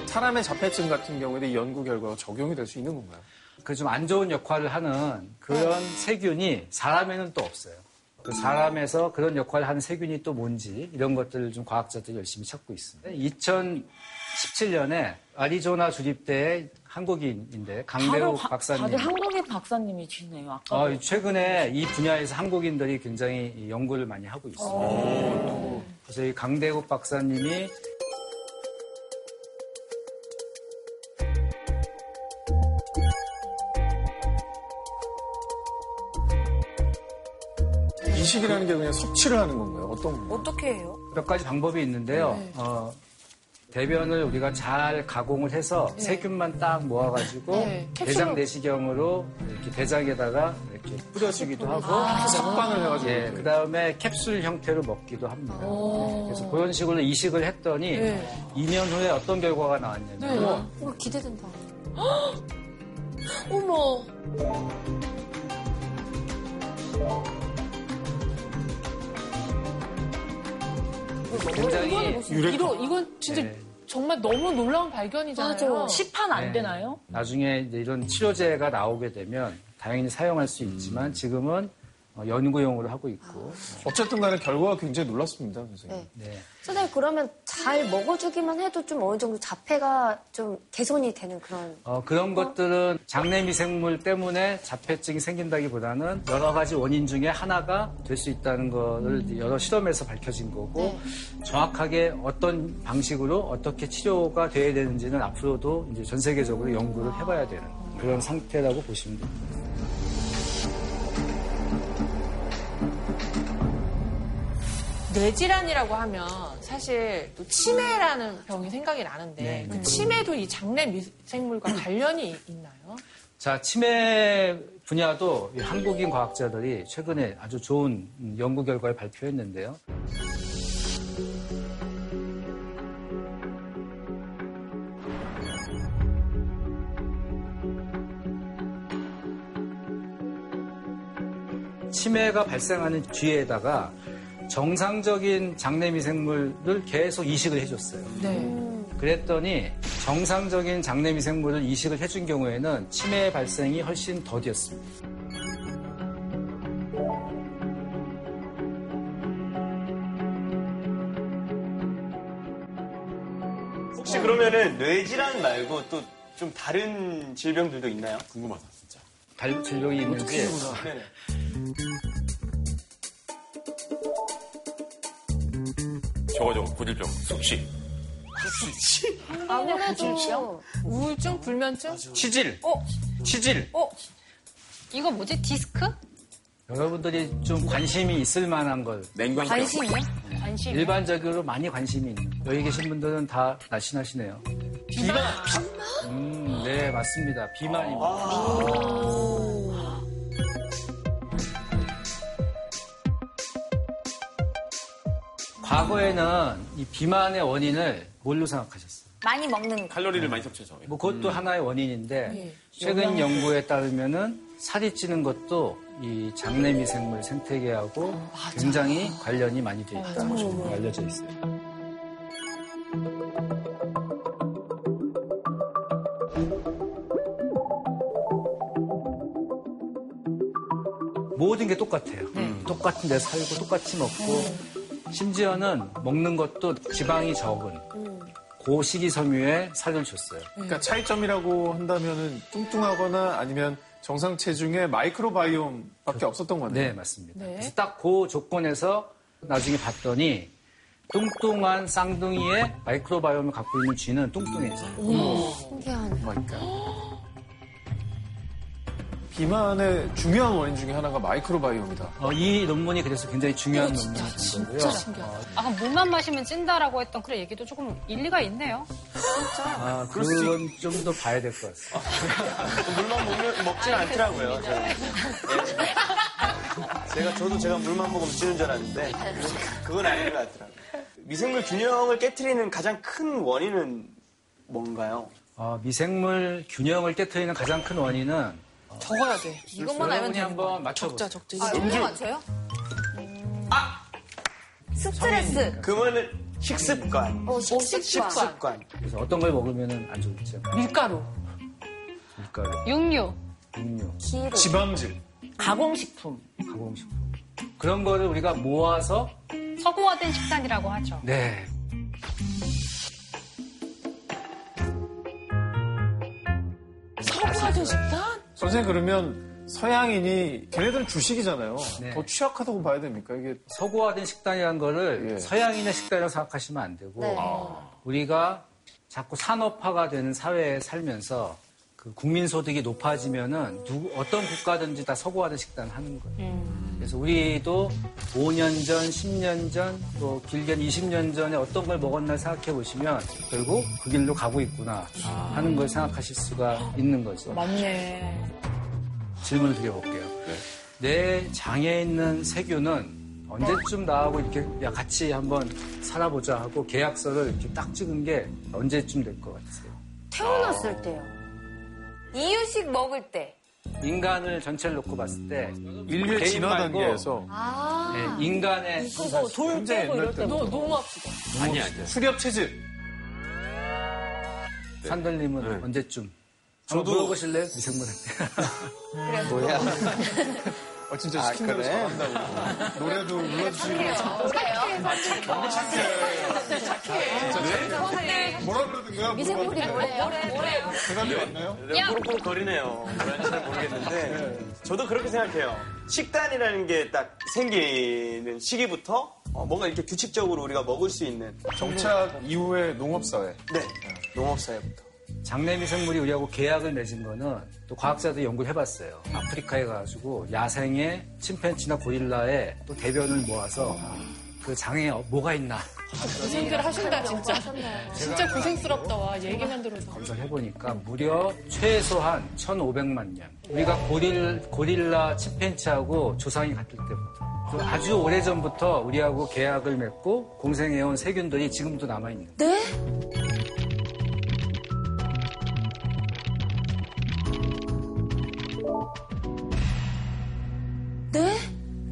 Speaker 3: 사람의 자폐증 같은 경우에도 이 연구 결과가 적용이 될 수 있는 건가요?
Speaker 7: 그 좀 안 좋은 역할을 하는 그런 세균이 사람에는 또 없어요. 그 사람에서 그런 역할을 하는 세균이 또 뭔지 이런 것들을 좀 과학자들이 열심히 찾고 있습니다. 2017년에 아리조나 주립대 한국인인데 강배우 박사님.
Speaker 9: 다들 한국인 박사님이시네요. 아까
Speaker 7: 어, 최근에 이 분야에서 한국인들이 굉장히 이 연구를 많이 하고 있습니다. 그래서 이 강대국 박사님이
Speaker 3: 이식이라는 게 그냥 섭취를 하는 건가요? 어떤 건가요?
Speaker 1: 어떻게 해요?
Speaker 7: 몇 가지 방법이 있는데요. 어, 대변을 우리가 잘 가공을 해서 세균만 딱 모아가지고
Speaker 6: 네.
Speaker 7: 대장 내시경으로 이렇게 대장에다가 이렇게 뿌려주기도 하고
Speaker 3: 석방을 해가지고.
Speaker 7: 예, 그 다음에 캡슐 형태로 먹기도 합니다.
Speaker 6: 어.
Speaker 7: 네, 그래서 그런 식으로 이식을 네. 했더니
Speaker 11: 네.
Speaker 6: 네.
Speaker 7: 2년 후에 어떤 결과가 나왔냐면
Speaker 6: 와, 기대된다. 어머.
Speaker 7: 굉장히
Speaker 6: 이거 이건 진짜
Speaker 7: 네.
Speaker 6: 정말 너무 놀라운 발견이잖아요.
Speaker 9: 맞아요. 시판 안 되나요?
Speaker 7: 나중에 이제 이런 치료제가 나오게 되면 다행히 사용할 수 있지만 지금은 어, 연구용으로 하고 있고
Speaker 3: 음. 어쨌든 간에 결과가 굉장히 놀랐습니다, 선생님.
Speaker 10: 네.
Speaker 7: 네.
Speaker 10: 선생님 그러면 잘 먹어주기만 해도 좀 어느 정도 자폐가 좀 개선이 되는 그런
Speaker 7: 어, 그런 것들은 장내 미생물 때문에 자폐증이 생긴다기보다는 여러 가지 원인 중에 하나가 될 수 있다는 거를 이제 여러 실험에서 밝혀진 거고 정확하게 어떤 방식으로 어떻게 치료가 돼야 되는지는 앞으로도 이제 전 세계적으로 연구를 해봐야 되는 그런 상태라고 보시면 됩니다.
Speaker 11: 뇌질환이라고 하면 사실 또 치매라는 병이 생각이 나는데
Speaker 7: 네,
Speaker 11: 그 치매도 이 장내 미생물과 관련이 있나요?
Speaker 7: 자, 치매 분야도 이 한국인 과학자들이 최근에 아주 좋은 음, 연구 결과를 발표했는데요. 치매가 발생하는 쥐에다가 정상적인 장내 미생물을 계속 이식을 해줬어요.
Speaker 1: 네.
Speaker 7: 그랬더니 정상적인 장내 미생물을 이식을 해준 경우에는 치매 발생이 훨씬 더디였습니다.
Speaker 5: 혹시 그러면은 뇌질환 말고 또 좀 다른 질병들도 있나요? 궁금하다 진짜.
Speaker 7: 발 질병이 있는지
Speaker 5: 네네.
Speaker 8: 저거 저거 고질병 숙취. 숙취.
Speaker 11: 아무래도 우울증, 불면증?
Speaker 7: 치질.
Speaker 11: 어?
Speaker 7: 치질.
Speaker 11: 어?
Speaker 2: 이거 뭐지? 디스크?
Speaker 7: 여러분들이 좀 관심이 있을 만한 걸.
Speaker 8: 냉관병.
Speaker 2: 관심이요? 관심.
Speaker 7: 일반적으로 많이 관심이 있는. 여기 계신 분들은 다 날씬하시네요. 비만. 음, 네 맞습니다. 비만입니다. 과거에는 이 비만의 원인을 뭘로 생각하셨어요?
Speaker 1: 많이 먹는 거.
Speaker 8: 칼로리를 많이 섭취해서. 예.
Speaker 7: 뭐 그것도 하나의 원인인데
Speaker 1: 예.
Speaker 7: 최근
Speaker 1: 영양.
Speaker 7: 연구에 따르면은 살이 찌는 것도 이 장내 미생물 생태계하고
Speaker 1: 어,
Speaker 7: 굉장히 관련이 많이 돼 있다는 것으로 알려져 있어요. 모든 게 똑같아요.
Speaker 1: 네.
Speaker 8: 음.
Speaker 7: 똑같은 데 살고 똑같이 먹고 심지어는 먹는 것도 지방이 적은 고식이 섬유에 살을 줬어요.
Speaker 3: 그러니까 차이점이라고 한다면은 뚱뚱하거나 아니면 정상 체중에 마이크로바이옴밖에 없었던 거네요.
Speaker 7: 네, 맞습니다. 그래서 딱 그 조건에서 나중에 봤더니 뚱뚱한 쌍둥이의 마이크로바이옴을 갖고 있는 쥐는 그러니까. 뚱뚱해져요.
Speaker 10: 신기하네.
Speaker 3: 비만의 중요한 원인 중에 하나가 마이크로바이옴이다.
Speaker 7: 어, 이 논문이 그래서 굉장히 중요한 논문이 된 거고요.
Speaker 2: 아까 물만 마시면 찐다라고 했던 그런 얘기도 조금 일리가 있네요.
Speaker 7: 아, 그건 좀 더 봐야 될 것 같습니다.
Speaker 5: 물만 먹는, 먹진 않더라고요. 저는. 예. 제가 저도 제가 물만 먹으면 찌는 줄 알았는데 그건 아닌 것 같더라고요. 미생물 균형을 깨뜨리는 가장 큰 원인은 뭔가요?
Speaker 7: 어, 미생물 균형을 깨트리는 가장 큰 원인은
Speaker 11: 적어야 돼. 이것만 알면
Speaker 7: 여러분이
Speaker 11: 되는 거야.
Speaker 7: 한번 맞춰보세요. 아!
Speaker 11: 적자, 적자. 아, 음주 맞아요?
Speaker 1: 스트레스.
Speaker 5: 그거는 식습관.
Speaker 1: 어, 식습관.
Speaker 5: 식습관.
Speaker 7: 그래서 어떤 걸 먹으면 안 좋을지
Speaker 11: 밀가루.
Speaker 7: 밀가루,
Speaker 2: 육류.
Speaker 7: 육류,
Speaker 1: 기름.
Speaker 3: 지방질,
Speaker 11: 가공식품.
Speaker 7: 가공식품 그런 거를 우리가 모아서
Speaker 2: 서구화된 식단이라고 하죠.
Speaker 7: 네.
Speaker 11: 서구화된 식단?
Speaker 3: 선생님 그러면 서양인이 걔네들은 주식이잖아요. 더 취약하다고 봐야 됩니까? 이게 예.
Speaker 7: 서구화된 식단이라는 거를 서양인의 식단이라고 생각하시면 안 되고
Speaker 3: 네.
Speaker 7: 우리가 자꾸 산업화가 되는 사회에 살면서 그 국민 소득이 높아지면은 누구- 어떤 국가든지 다 서구화된 식단을 하는 거예요.
Speaker 11: 음.
Speaker 7: 그래서 우리도 5년 전, 10년 전, 또 길게는 20년 전에 어떤 걸 먹었나 생각해 보시면 결국 그 길로 가고 있구나
Speaker 3: 아.
Speaker 7: 하는 걸 생각하실 수가 있는 거죠.
Speaker 11: 맞네.
Speaker 7: 질문을 드려볼게요. 네. 내 장에 있는 세균은 언제쯤 나하고 이렇게 야 같이 한번 살아보자 하고 계약서를 이렇게 딱 찍은 게 언제쯤 될 것 같아요?
Speaker 10: 태어났을 때요.
Speaker 1: 이유식 먹을 때.
Speaker 7: 인간을 전체를 놓고 봤을 때
Speaker 3: 인류의
Speaker 7: 개인
Speaker 3: 진화
Speaker 7: 말고
Speaker 3: 단계에서
Speaker 2: 아.
Speaker 7: 네, 인간의
Speaker 11: 뭐 돌
Speaker 3: 굉장히
Speaker 11: 빼고 이럴
Speaker 3: 옛날
Speaker 11: 때
Speaker 3: 때부터.
Speaker 11: 너무, 너무 아프다.
Speaker 8: 아니 아니.
Speaker 3: 수렵 체질.
Speaker 7: 네. 산들님은
Speaker 3: 네.
Speaker 7: 언제쯤? 저도 물어보실래요? 미생물한테.
Speaker 5: 뭐야?
Speaker 3: 아 진짜 시킨 대로 잘한다고. 노래도 불러주시고. 뭐라 그러던 거야?
Speaker 1: 미생물이 뭐예요? 뭐래요?
Speaker 3: 대답이 왔나요?
Speaker 2: 야.
Speaker 5: 꼬르꼬르 거리네요. 뭐라는지 잘 모르겠는데
Speaker 3: 네.
Speaker 5: 저도 그렇게 생각해요. 식단이라는 게 딱 생기는 시기부터 어, 뭔가 이렇게 규칙적으로 우리가 먹을 수 있는
Speaker 3: 정착 이후의 농업사회.
Speaker 5: 네 농업사회부터
Speaker 7: 장내 미생물이 우리하고 계약을 맺은 거는 또 과학자들이 연구를 해봤어요. 아프리카에 가가지고 야생의 침팬지나 고릴라의 또 대변을 모아서 그 장에 어- 뭐가 있나
Speaker 6: 그 생각을 하신다, 진짜. 진짜 고생스럽다, 와. 얘기만 들어서.
Speaker 7: 검사해보니까 무려 최소한 1,500만 년. 우리가 고릴, 고릴라 침팬지하고 조상이 같을 때부터. 그 아주 오래전부터 우리하고 계약을 맺고 공생해온 세균들이 지금도 남아있는 거예요.
Speaker 10: 네? 네?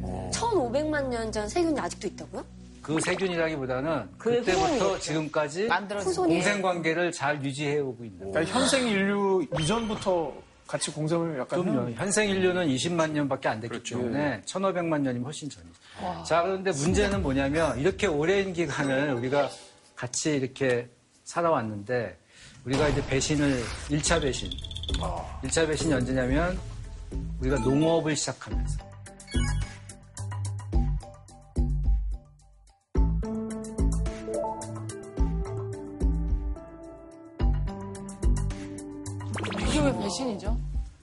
Speaker 10: 1 5 0 500만 년 전 세균이 아직도 있다고요?
Speaker 7: 그 세균이라기보다는
Speaker 10: 그의
Speaker 7: 그때부터
Speaker 10: 후손이겠죠.
Speaker 7: 지금까지
Speaker 10: 만들어진
Speaker 7: 공생 관계를 잘 유지해오고 있는.
Speaker 3: 그러니까 현생 인류 이전부터 같이 공생을 약간 그렇죠. 네.
Speaker 7: 그럼요.
Speaker 3: 해요.
Speaker 7: 현생 인류는 20만 년밖에 안 됐기 때문에 1,500만 년이면 훨씬 전이죠.
Speaker 10: 아.
Speaker 7: 자, 그런데 문제는 뭐냐면 이렇게 오랜 기간을 우리가 같이 이렇게 살아왔는데 우리가 이제 배신을 1차 배신.
Speaker 3: 아.
Speaker 7: 1차 배신이 언제냐면 우리가 농업을 시작하면서
Speaker 6: 이게 왜 배신이죠?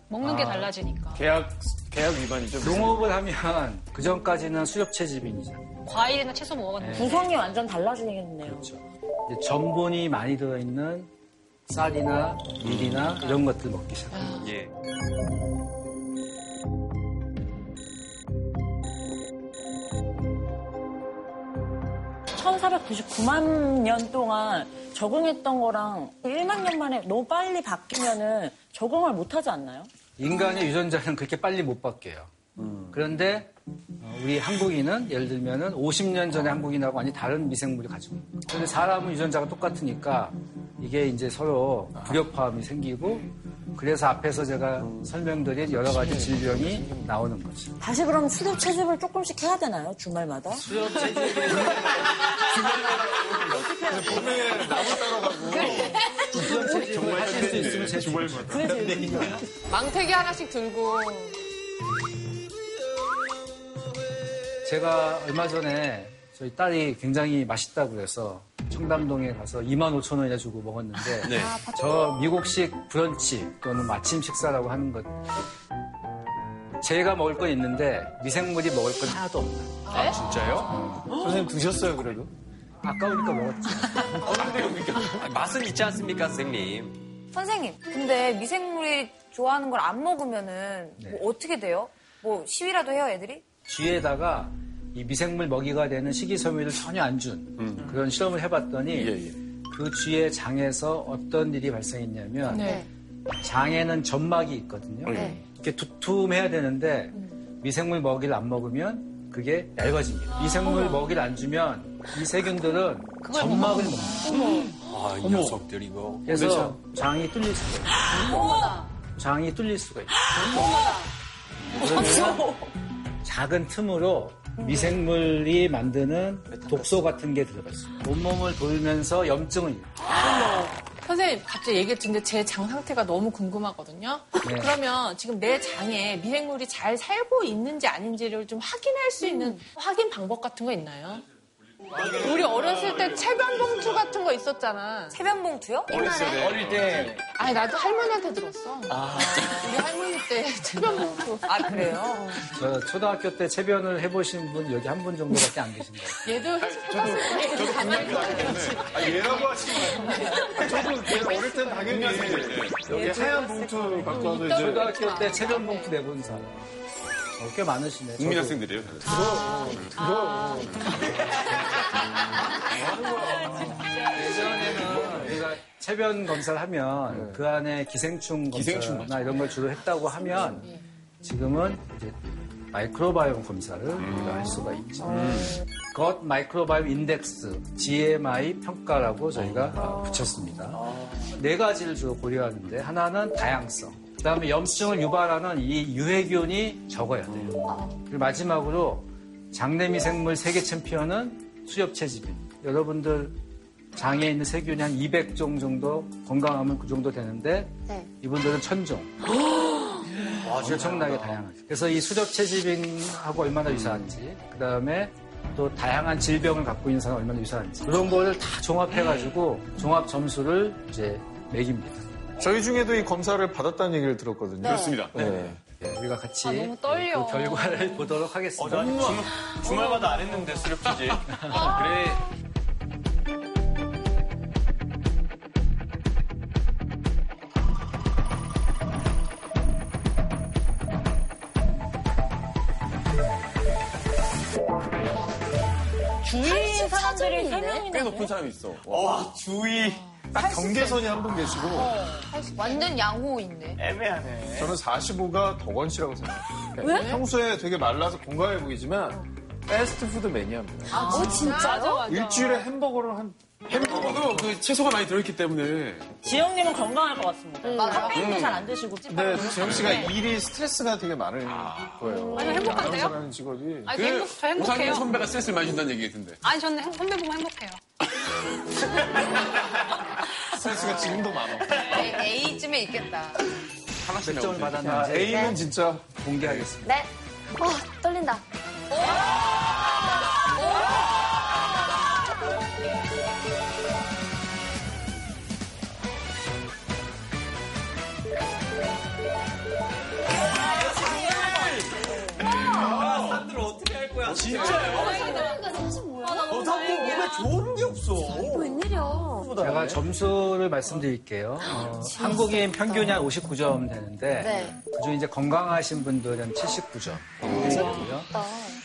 Speaker 2: 먹는 게
Speaker 7: 아.
Speaker 2: 달라지니까.
Speaker 3: 계약 계약 위반이죠.
Speaker 7: 농업을 하면 그 전까지는 수렵채 집인이잖아요.
Speaker 2: 과일이나 채소 먹었는데.
Speaker 7: 구성이
Speaker 9: 완전 달라지겠네요.
Speaker 7: 이제 전분이 많이 들어있는 쌀이나 밀이나 이런 것들 먹기 시작합니다.
Speaker 5: 예.
Speaker 9: (1499만 년) 동안 적응했던 거랑 (1만 년) 만에 너무 빨리 바뀌면은 적응을 못하지 않나요?
Speaker 7: 인간의 유전자는 그렇게 빨리 못 바뀌어요.
Speaker 3: 음.
Speaker 7: 그런데 어, 우리 한국인은 예를 들면은 50년 전에 한국인하고 완전히 다른 미생물이 가지고 있는 거예요. 그런데 사람은 유전자가 똑같으니까 이게 이제 서로 불협화음이 생기고 그래서 앞에서 제가 설명드린 여러 가지 질병이 나오는 거죠.
Speaker 9: 다시 그럼 수렵 채집을 조금씩 해야 되나요 주말마다
Speaker 3: 봄에 나무 따라가고
Speaker 7: 정말 하실 수 있으면 제
Speaker 11: 망태기 하나씩 들고.
Speaker 7: 제가 얼마 전에 저희 딸이 굉장히 맛있다고 그래서 청담동에 가서 2만 5천 원이나 주고 먹었는데
Speaker 4: 네.
Speaker 7: 저 미국식 브런치 또는 마침 식사라고 하는 것 제가 먹을 건 있는데 미생물이 먹을 건 하나도 어. 없나
Speaker 4: 아, 진짜요?
Speaker 3: 선생님 드셨어요 그래도?
Speaker 7: 아까우니까 먹었죠
Speaker 4: 아, 맛은 있지 않습니까, 선생님?
Speaker 1: 선생님, 근데 미생물이 좋아하는 걸 안 먹으면은
Speaker 7: 네.
Speaker 1: 뭐 어떻게 돼요? 뭐 시위라도 해요, 애들이?
Speaker 7: 뒤에다가 이 미생물 먹이가 되는 식이섬유를 전혀 안 준
Speaker 3: 음.
Speaker 7: 그런 실험을 해봤더니
Speaker 3: 예,
Speaker 7: 그 쥐의 장에서 어떤 일이 발생했냐면
Speaker 11: 네.
Speaker 7: 장에는 점막이 있거든요.
Speaker 11: 네.
Speaker 7: 이렇게 두툼해야 되는데 미생물 먹이를 안 먹으면 그게 얇아집니다. 미생물 먹이를 안 주면 이 세균들은 점막을 먹는 거예요.
Speaker 4: 아, 이 녀석들 이거. 그렇죠.
Speaker 7: 그래서 장이 뚫릴 수가 있어요. 장이 뚫릴 수가 있어요. 그러면 작은 틈으로 미생물이 만드는 독소 같은 게 들어가 있어요. 온몸을 돌면서 염증을 일으켜요.
Speaker 11: 선생님, 갑자기 얘기를 듣는데 제 장 상태가 너무 궁금하거든요.
Speaker 7: 네.
Speaker 11: 그러면 지금 내 장에 미생물이 잘 살고 있는지 아닌지를 좀 확인할 수 있는 확인 방법 같은 거 있나요? 우리 어렸을 때 체변 봉투 같은 거 있었잖아. 체변 봉투요?
Speaker 4: 어릴 때.
Speaker 11: 아니, 나도 할머니한테 들었어.
Speaker 4: 아.
Speaker 11: 우리 할머니 때 체변 봉투. 아, 그래요?
Speaker 7: 저 초등학교 때 체변을 해보신 분 여기 한 분 정도밖에 안 계신 거예요.
Speaker 11: 얘도 해봤어요. 저도 가만히
Speaker 3: 아, 얘라고 하시면 저도 계속 어릴 땐 당연히 네. 여기 하얀 봉투 갖고 와서 이제
Speaker 7: 초등학교 때 네, 체변 봉투 내본 사람 어, 꽤 많으시네.
Speaker 8: 국민
Speaker 7: 저도. 아.
Speaker 8: 학생들이에요.
Speaker 7: 예전에는 우리가 체변 검사를 하면 그 안에 기생충
Speaker 8: 기생충
Speaker 7: 검사나 이런 걸 주로 했다고 하면 지금은 이제 마이크로바이옴 검사를 우리가 할 수가 있죠. 겉 마이크로바이옴 인덱스 GMI 평가라고 저희가 붙였습니다. 네 가지를 주로 고려하는데 하나는 다양성, 그다음에 염증을 유발하는 이 유해균이 적어야 돼요. 그리고 마지막으로 장내미생물 세계 챔피언은 수렵채집인. 여러분들 장에 있는 세균이 한 200종 정도 건강하면 그 정도 되는데
Speaker 10: 네.
Speaker 7: 이분들은 1000종. 엄청나게 다양하죠. 그래서 이 수렵채집인하고 얼마나 유사한지, 그 다음에 또 다양한 질병을 갖고 있는 사람 얼마나 유사한지 그런 거를 다 종합해가지고 종합 점수를 이제 매깁니다.
Speaker 3: 저희 중에도 이 검사를 받았다는 얘기를 들었거든요.
Speaker 7: 네. 그렇습니다.
Speaker 3: 네.
Speaker 7: 네, 우리가 같이
Speaker 2: 아, 너무 떨려.
Speaker 7: 그 결과를 보도록 하겠습니다.
Speaker 3: 어,
Speaker 5: 나 주말마다 안 했는데 수렵지지.
Speaker 4: 그래.
Speaker 9: 주위인
Speaker 10: 네.
Speaker 9: 사람들이 세 명이나
Speaker 8: 꽤 높은 사람이 있어.
Speaker 5: 와, 주위.
Speaker 3: 딱 경계선이 한 분 계시고
Speaker 1: 어, 완전 양호 있네.
Speaker 5: 애매하네.
Speaker 3: 그러니까 저는 45가 덕원 씨라고 생각해요. 평소에 되게 말라서 건강해 보이지만 패스트푸드 매니아입니다.
Speaker 11: 아, 어, 진짜요? 맞아, 맞아.
Speaker 3: 일주일에 햄버거를 한
Speaker 8: 햄버거도 그 채소가 많이 들어있기 때문에
Speaker 9: 지영님은 건강할 것 같습니다.
Speaker 11: 음.
Speaker 9: 카페인도 잘 안
Speaker 11: 네,
Speaker 9: 드시고
Speaker 3: 근데
Speaker 9: 찌빠르고.
Speaker 3: 지영 네, 씨가 일이 스트레스가 되게 많을 거예요.
Speaker 2: 아니, 행복한데요?
Speaker 3: 아나운서라는 직업이.
Speaker 2: 아니, 행복- 저 행복해요.
Speaker 8: 오상민 그 선배가 스트레스를 많이 준다는 얘기던데.
Speaker 2: 아니 저는 행- 선배 보면 행복해요.
Speaker 3: 스트레스가 지금도 많아.
Speaker 11: A쯤에 있겠다.
Speaker 7: 하나씩
Speaker 3: 점을
Speaker 7: 받았는지.
Speaker 3: 아, A는 진짜
Speaker 7: 공개하겠습니다.
Speaker 10: 네. 어, 떨린다.
Speaker 5: 아, 사람들 어떻게 할 거야? 진짜요?
Speaker 2: 아,
Speaker 5: 어, 자꾸 몸에 좋은 게 없어.
Speaker 10: 웬일이야.
Speaker 7: 제가 점수를 말씀드릴게요. 어, 한국인 평균이 한 59점 되는데
Speaker 10: 아, 네.
Speaker 7: 그중 이제 건강하신 분들은 79점 되고요.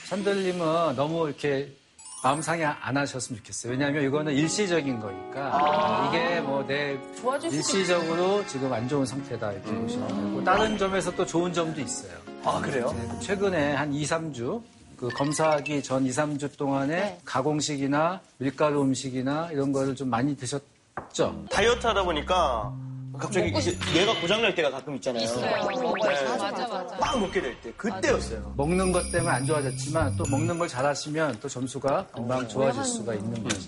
Speaker 7: 산들님은 너무 이렇게 마음 상해 안 하셨으면 좋겠어요. 왜냐하면 이거는 일시적인 거니까 이게 뭐 내
Speaker 11: 좋아질 수도
Speaker 7: 일시적으로 지금 안 좋은 상태다 이렇게 보시면 되고 다른 점에서 또 좋은 점도 있어요.
Speaker 5: 음.
Speaker 7: 네, 뭐
Speaker 5: 아, 그래요?
Speaker 7: 최근에 한 2, 3주 그 검사하기 전 2, 3주 동안에 가공식이나 밀가루 음식이나 이런 거를 좀 많이 드셨죠.
Speaker 5: 다이어트 하다 보니까 갑자기
Speaker 7: 먹고
Speaker 5: 이제 뇌가 고장날 때가 가끔 있잖아요.
Speaker 7: 있어요.
Speaker 11: 먹어야죠.
Speaker 5: 네.
Speaker 11: 맞아, 맞아.
Speaker 5: 빵 먹게 될 때. 그때였어요.
Speaker 7: 먹는 것 때문에 안 좋아졌지만 또 먹는 걸 잘하시면 또 점수가 금방
Speaker 5: 어.
Speaker 7: 좋아질 수가 있는 거죠.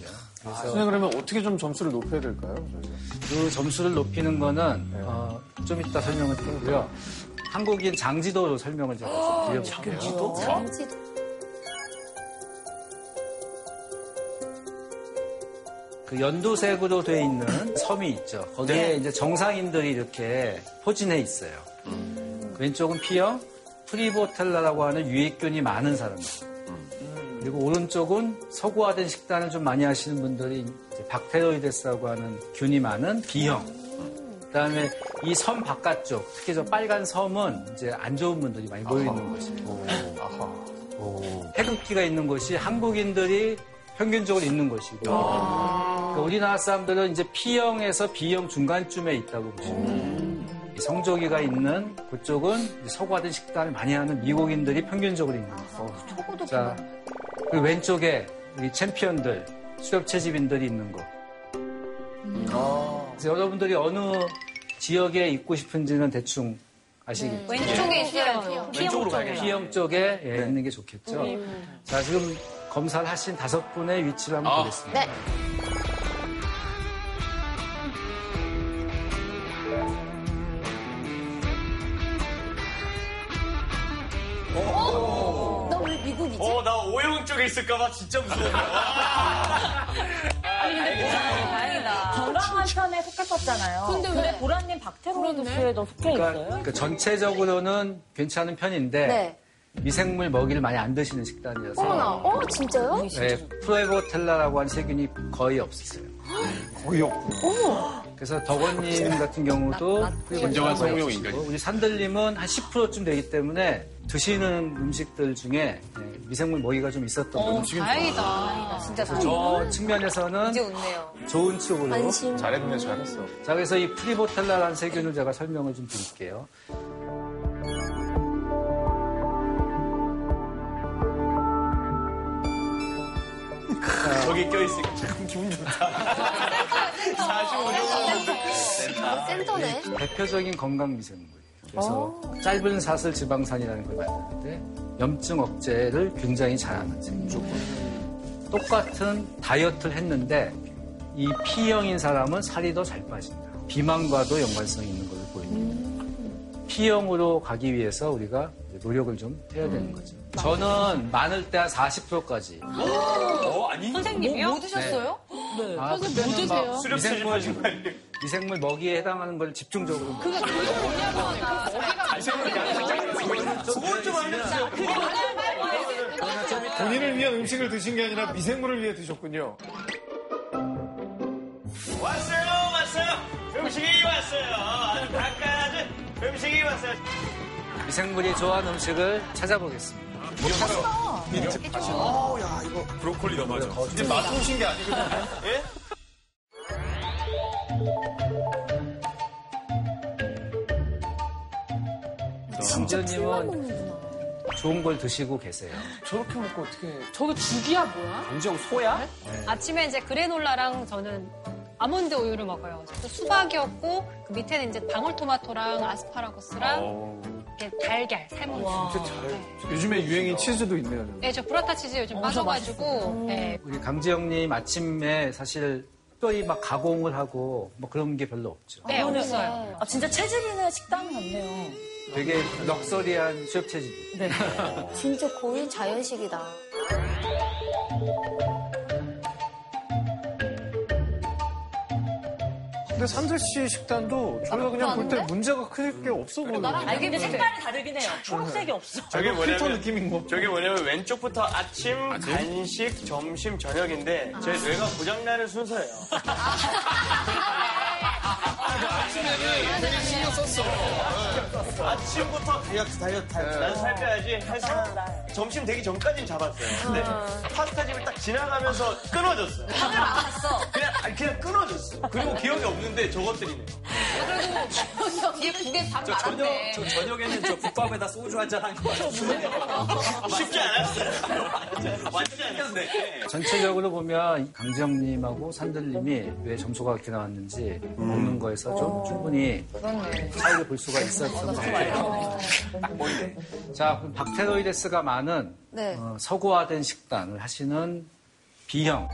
Speaker 3: 선생님 그러면 어떻게 좀 점수를 높여야 될까요? 네. 저희가?
Speaker 7: 그 점수를 높이는 거는 어, 좀 이따 설명을 드리고요. 한국인 장지도로 설명을 제가
Speaker 5: 아,
Speaker 7: 좀 드려볼게요.
Speaker 3: 어,
Speaker 5: 어?
Speaker 7: 그 연두색으로 돼 있는 섬이 있죠. 거기에 이제 정상인들이 이렇게 포진해 있어요. 그 왼쪽은 P형, 프리보텔라라고 하는 유익균이 많은 사람들. 그리고 오른쪽은 서구화된 식단을 좀 많이 하시는 분들이 이제 박테로이데스라고 하는 균이 많은 B형. 그다음에 이 섬 바깥쪽, 특히 저 빨간 섬은 이제 안 좋은 분들이 많이 모여 있는 곳이에요. 태극기가 있는 곳이 한국인들이 평균적으로 있는 곳이고
Speaker 3: 아.
Speaker 2: 아.
Speaker 7: 그러니까 우리나라 사람들은 이제 P형에서 B형 중간쯤에 있다고 보시면
Speaker 2: 음.
Speaker 7: 돼요. 이 성조기가 있는 그쪽은 이제 서구화된 식단을 많이 하는 미국인들이 평균적으로 있는 곳.
Speaker 2: 아,
Speaker 7: 자, 그 왼쪽에 우리 챔피언들, 수렵 채집인들이 있는 곳.
Speaker 2: 음.
Speaker 7: 그래서 여러분들이 어느 지역에 있고 싶은지는 대충 아시겠죠?
Speaker 2: 네. 왼쪽에 있어요.
Speaker 7: 예. 왼쪽으로
Speaker 2: 가야겠다.
Speaker 7: P형 쪽에 예, 있는 게 좋겠죠.
Speaker 2: 음.
Speaker 7: 자, 지금 검사를 하신 다섯 분의 위치를 한번 보겠습니다.
Speaker 10: 네.
Speaker 5: 나
Speaker 10: 왜 미국이지?
Speaker 5: 어, 나 오영 쪽에 있을까봐 진짜 무서워.
Speaker 9: 아니, 근데 보라님 다행이다. 건강한 편에 속했었잖아요.
Speaker 10: 근데 왜?
Speaker 9: 보라님 박테로이드스에 더 속해
Speaker 7: 그러니까,
Speaker 9: 있어요?
Speaker 7: 그러니까 전체적으로는 괜찮은 편인데
Speaker 10: 네.
Speaker 7: 미생물 먹이를 많이 안 드시는 식단이라서
Speaker 10: 어머나. 어, 진짜요?
Speaker 7: 네, 프로에보텔라라고 하는 세균이 거의 없었어요. 거의 없고.
Speaker 10: 어머.
Speaker 7: 그래서 덕원님 같은 경우도
Speaker 8: 진정한
Speaker 7: 거의
Speaker 8: 성룡
Speaker 7: 없었고,
Speaker 8: 인간이죠.
Speaker 7: 우리 산들님은 한 10%쯤 되기 때문에 드시는 음식들 중에 네, 미생물 먹이가 좀 있었던
Speaker 2: 어,
Speaker 7: 거죠. 지금
Speaker 2: 다행이다. 진짜
Speaker 3: 그렇죠.
Speaker 7: 그래서 저 측면에서는
Speaker 2: 이제 웃네요.
Speaker 7: 좋은 쪽으로
Speaker 2: 안심.
Speaker 7: 잘했네 잘했어. 자 그래서 이 프리보텔라라는 세균을 제가 설명을 좀 드릴게요.
Speaker 5: 저기 껴있으니까 참 기분 좋다. 45점.
Speaker 10: 아,
Speaker 3: 아,
Speaker 10: 센터네.
Speaker 7: 아, 대표적인 건강 미생물이에요. 그래서 짧은 사슬 지방산이라는 걸 만드는데 염증 억제를 굉장히 잘하는 생물. 똑같은 다이어트를 했는데 이 P형인 사람은 살이 더 잘 빠진다. 비만과도 연관성이 있는 걸로 보입니다.
Speaker 10: 음.
Speaker 7: P형으로 가기 위해서 우리가 이제 노력을 좀 해야
Speaker 10: 음.
Speaker 7: 되는 거죠. 저는 많을 때 한 40%까지.
Speaker 5: 어, 아니.
Speaker 2: 선생님이요?
Speaker 11: 뭐, 뭐 드셨어요?
Speaker 7: 네.
Speaker 11: 아, 선생님 뭐 드세요?
Speaker 7: 미생물, 미생물 먹이에 해당하는 걸 집중적으로.
Speaker 9: 아.
Speaker 11: 그게
Speaker 7: 먹어요.
Speaker 11: 그게 뭐냐고.
Speaker 5: 그좀 알려주세요.
Speaker 3: 본인을 위한 음식을 드신 게 아니라 미생물을 위해 드셨군요.
Speaker 5: 왔어요, 왔어요. 음식이 왔어요. 아주 바깥 음식이 왔어요.
Speaker 7: 미생물이 좋아하는 음식을 찾아보겠습니다.
Speaker 5: 어우, 야, 이거.
Speaker 8: 브로콜리 넘어져.
Speaker 3: 이제 맛 오신 게 아니거든요.
Speaker 5: 예?
Speaker 7: 뭐 진짜 님은 좋은 걸 드시고 계세요.
Speaker 2: 저렇게 먹고 어떻게
Speaker 6: 저거 죽이야 뭐야?
Speaker 7: 인정 소야?
Speaker 3: 네.
Speaker 2: 아침에 이제 그래놀라랑 저는 아몬드 우유를 먹어요. 또 수박이었고 그 밑에는 이제 방울토마토랑
Speaker 3: 어.
Speaker 2: 아스파라거스랑 이렇게 달걀 삶은
Speaker 7: 어,
Speaker 2: 거.
Speaker 3: 진짜 잘. 요즘에 유행인 치즈도 있네요.
Speaker 2: 네, 저 브라타 치즈 요즘 빠져가지고 네,
Speaker 7: 우리 강지영님 아침에 사실 특별히 막 가공을 하고 뭐 그런 게 별로 없죠.
Speaker 2: 네, 없어요.
Speaker 9: 아, 진짜 체질 있는 식당 같네요.
Speaker 7: 되게 럭셔리한 수협 체질. 어,
Speaker 9: 네.
Speaker 10: 진짜 거의 자연식이다.
Speaker 3: 근데 산들 씨 식단도 저희가 그냥 볼 때 문제가 크게 없어 보여요.
Speaker 9: 아니, 근데 색깔이 다르긴 해요. 초록색이 없어.
Speaker 5: 저게 뭐냐면
Speaker 3: 느낌인 거.
Speaker 5: 저게 뭐냐면 왼쪽부터 아침, 간식, 점심, 저녁인데 제 뇌가 고장나는 순서예요.
Speaker 3: 아,
Speaker 8: 아침에는 되게 신경 썼어.
Speaker 5: 아침부터 다이어트, 다이어트,
Speaker 4: 네.
Speaker 5: 다이어트. 난 살 빼야지. 해서 점심 되기 전까지는 잡았어요. 근데
Speaker 9: 아.
Speaker 5: 파스타집을 딱 지나가면서 끊어졌어요.
Speaker 6: 아,
Speaker 5: 그냥 아니, 그냥 끊어졌어. 그리고 기억이 없는데 저것들이네.
Speaker 11: 그래도 이게 두개다
Speaker 4: 저 저녁
Speaker 5: 네.
Speaker 4: 저 저녁에는 저 국밥에다 소주 한잔 한 거 같아요.
Speaker 5: 쉽지 않았어요.
Speaker 4: 완전 생겼네.
Speaker 7: 전체적으로 보면 강지영님하고 산들님이 왜 점수가 이렇게 나왔는지
Speaker 3: 음.
Speaker 7: 먹는 거에서 좀 충분히
Speaker 11: 그렇네.
Speaker 7: 차이를 볼 수가 있었던
Speaker 9: 어.
Speaker 7: 것 같아요. 딱 보이네. 자, 그럼 박테로이데스가 많은
Speaker 11: 네.
Speaker 7: 어, 서구화된 식단을 하시는 B형.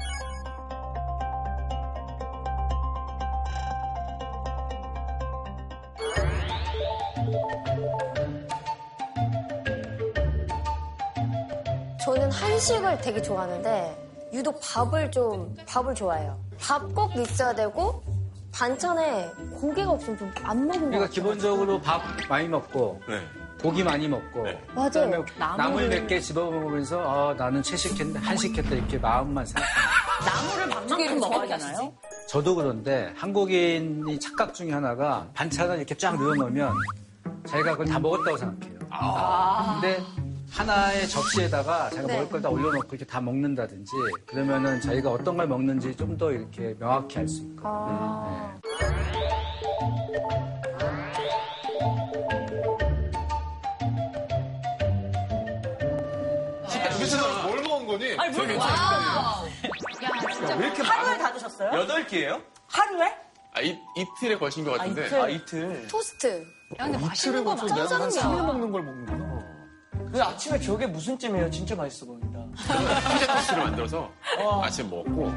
Speaker 10: 저는 한식을 되게 좋아하는데 유독 밥을 좀 밥을 좋아해요. 밥 꼭 있어야 되고 반찬에 고기가 없으면 좀 안 먹은 것
Speaker 7: 우리가
Speaker 10: 같아요.
Speaker 7: 그러니까 기본적으로 밥 많이 먹고
Speaker 3: 네.
Speaker 7: 고기 많이 먹고
Speaker 10: 맞아요.
Speaker 7: 나물 몇 개 집어먹으면서 아, 나는 채식했는데 한식했다 이렇게 마음만 생각합니다.
Speaker 9: 나물을 밥만큼 먹어야 되나요?
Speaker 7: 저도 그런데 한국인이 착각 중에 하나가 반찬을 이렇게 쫙 늘어놓으면 자기가 그걸 다 먹었다고 생각해요. 아.
Speaker 2: 아.
Speaker 7: 근데 하나의 접시에다가 자기가
Speaker 12: 네.
Speaker 7: 먹을 걸 다 올려놓고 이렇게 다 먹는다든지 그러면은 자기가 어떤 걸 먹는지 좀 더 이렇게 명확히 알 수 있고
Speaker 8: 아,
Speaker 3: 도대체
Speaker 8: 네.
Speaker 3: 뭘 먹은 거니?
Speaker 9: 아니, 물
Speaker 3: 저기
Speaker 9: 야, 진짜.
Speaker 8: 왜 이렇게
Speaker 9: 하루에
Speaker 8: 많아?
Speaker 9: 다 드셨어요?
Speaker 8: 여덟 개예요?
Speaker 9: 하루에?
Speaker 8: 아, 이, 이틀에 걸친
Speaker 3: 아,
Speaker 8: 것 같은데.
Speaker 9: 이틀.
Speaker 8: 이틀.
Speaker 10: 토스트.
Speaker 8: 야, 근데 맛있는 거
Speaker 3: 좀 내가 한
Speaker 8: 짜장면.
Speaker 3: 3일 먹는 걸 먹는구나.
Speaker 5: 그 아침에 저게 무슨 찜이에요? 진짜 맛있어 보인다.
Speaker 8: 피자 토스트를 만들어서 아침 먹고.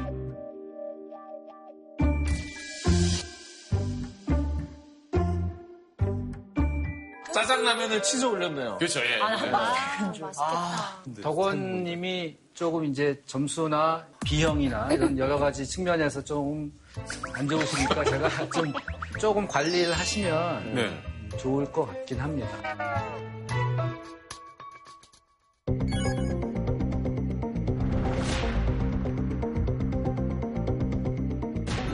Speaker 3: 짜장라면을 치즈 올렸네요.
Speaker 8: 그렇죠, 예.
Speaker 9: 아,
Speaker 8: 예.
Speaker 7: 네, 덕원 님이 조금 이제 점수나 비형이나 이런 여러 가지 측면에서 조금 안 좋으시니까 제가 좀 조금 관리를 하시면
Speaker 8: 네.
Speaker 7: 좋을 것 같긴 합니다.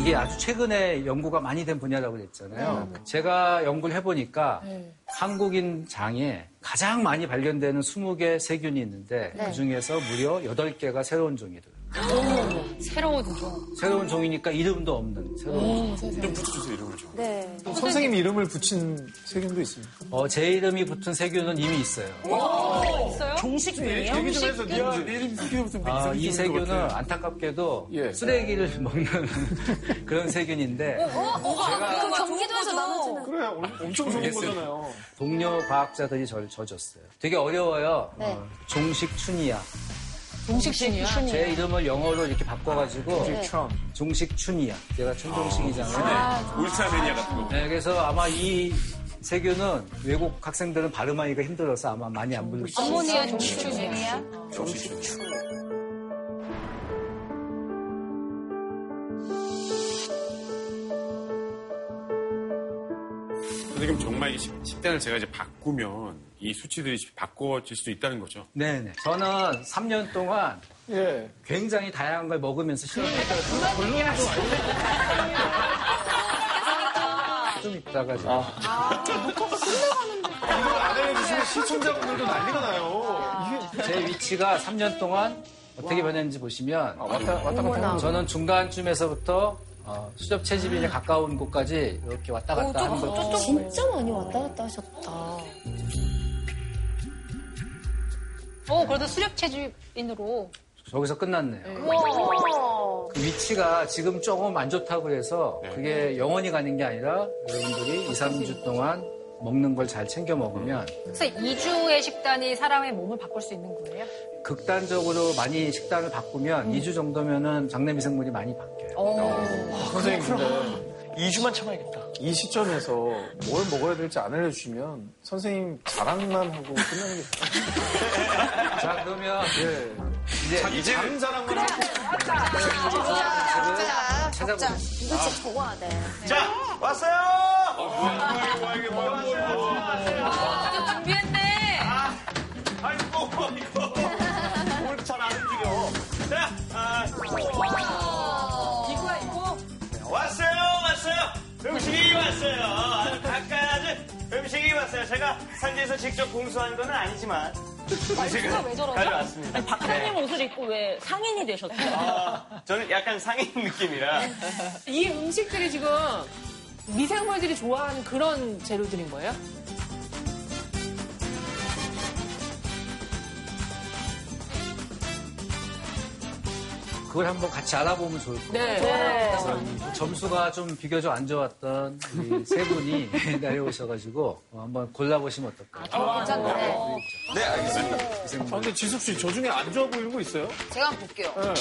Speaker 7: 이게 아주 최근에 연구가 많이 된 분야라고 그랬잖아요.
Speaker 2: 네,
Speaker 7: 제가 연구를 해보니까 한국인 장에 가장 많이 발견되는 20개 세균이 있는데
Speaker 2: 네.
Speaker 7: 그 중에서 무려 8개가 새로운 종이들.
Speaker 2: 새로운 종.
Speaker 7: 새로운 종이니까 이름도 없는 새로운
Speaker 2: 오,
Speaker 7: 종.
Speaker 2: 세상에.
Speaker 7: 좀 붙여주세요, 이름을 좀.
Speaker 10: 네.
Speaker 3: 어, 선생님 이름을 붙인 세균도 있습니다.
Speaker 7: 어, 제 이름이 붙은 세균은 이미 있어요.
Speaker 2: 오, 있어요?
Speaker 7: 종식균이에요?
Speaker 3: 얘기 좀 해서
Speaker 7: 종식균?
Speaker 3: 네 이름 붙이면서
Speaker 7: 아,
Speaker 3: 이상하게
Speaker 7: 이
Speaker 3: 생긴 것
Speaker 7: 세균은
Speaker 3: 같아요.
Speaker 7: 안타깝게도
Speaker 3: 예.
Speaker 7: 쓰레기를 먹는 그런 세균인데
Speaker 2: 어,
Speaker 1: 제가
Speaker 10: 그 경기도에서 나눠주는.
Speaker 3: 그래, 엄청 좋은
Speaker 7: 모르겠어요.
Speaker 3: 거잖아요.
Speaker 7: 동료 과학자들이 저를 져줬어요. 되게 어려워요.
Speaker 10: 네.
Speaker 7: 어, 종식춘이야.
Speaker 11: 공식신이야.
Speaker 7: 제 이름을 영어로 이렇게 바꿔가지고
Speaker 3: 종식춘.
Speaker 7: 종식춘이야. 제가 춘종식이잖아요.
Speaker 8: 네. 울트라맨이야 같은 거.
Speaker 7: 네, 그래서 아마 이 세균은 외국 학생들은 발음하기가 힘들어서 아마 많이 안 부르시죠.
Speaker 2: 암모니아 종식균이야.
Speaker 8: 선생님 정말 이 식- 식단을 제가 이제 바꾸면 이 수치들이 바꿔질 수도 있다는 거죠.
Speaker 7: 네네. 저는 3년 동안
Speaker 3: 예.
Speaker 7: 굉장히 다양한 걸 먹으면서 실험했어요. 좀 이따가 제가.
Speaker 3: 아, 이걸 안 알려주시면 시청자분들도 난리가 나요.
Speaker 7: 아, 제 위치가 3년 동안 어떻게 변했는지 보시면
Speaker 3: 왔다- 왔다 갔다 아, 어머나. 하는
Speaker 7: 저는 중간쯤에서부터 어, 수렵 채집인에 가까운 곳까지 이렇게 왔다
Speaker 10: 어,
Speaker 7: 갔다 하는 걸
Speaker 10: 진짜 많이 왔다 갔다 하셨다.
Speaker 2: 어, 그래도 수렵 체질인으로.
Speaker 7: 저기서 끝났네요.
Speaker 2: 우와.
Speaker 7: 그 위치가 지금 조금 안 좋다고 해서
Speaker 3: 네.
Speaker 7: 그게 영원히 가는 게 아니라 여러분들이 2, 3주 동안 먹는 걸 잘 챙겨 먹으면
Speaker 2: 그래서 2주의 식단이 사람의 몸을 바꿀 수 있는 거예요?
Speaker 7: 극단적으로 많이 식단을 바꾸면 2주 정도면은 장내 미생물이 많이 바뀌어요.
Speaker 3: 선생님 근데
Speaker 5: 2주만 참아야겠다.
Speaker 3: 이 시점에서 뭘 먹어야 될지 안 알려주시면 선생님 자랑만 하고 끝나는 게 좋아요. 예.
Speaker 7: 자 그러면
Speaker 3: 이제 이제 다른 사람만
Speaker 10: 그래.
Speaker 7: 먹자.
Speaker 10: 먹자. 이거 진짜 적어야 돼.
Speaker 5: 자, 왔어요! 뭐야, 뭐야, 이게 뭐야,
Speaker 10: 아,
Speaker 2: 준비했네.
Speaker 5: 아, 아이고, 이거. 왜 이렇게 잘안 움직여? 자, 아,
Speaker 2: 이거야, 이거.
Speaker 5: 네, 왔어요, 왔어요. 음식이 왔어요. 아주 가까이 음식이 왔어요. 제가 산지에서 직접 공수한 건 아니지만.
Speaker 9: 아이스가 왜 저러죠?
Speaker 5: 가져왔습니다.
Speaker 9: 아니, 박사님
Speaker 8: 네.
Speaker 9: 옷을 입고 왜 상인이 되셨어요?
Speaker 5: 아, 저는 약간 상인 느낌이라.
Speaker 11: 이 음식들이 지금 미생물들이 좋아하는 그런 재료들인 거예요?
Speaker 7: 그걸 한번 같이 알아보면 좋을 것 같아요.
Speaker 11: 네.
Speaker 7: 그래서 어, 점수가 좀 비교적 안 좋았던 우리 세 분이 내려오셔가지고 어, 한번 골라보시면
Speaker 5: 아,
Speaker 7: 어떨까요?
Speaker 3: 네, 알겠습니다. 아, 근데 지숙 씨, 저 중에 안 좋아 보이는 거 있어요?
Speaker 1: 제가 한번 볼게요.
Speaker 3: 네.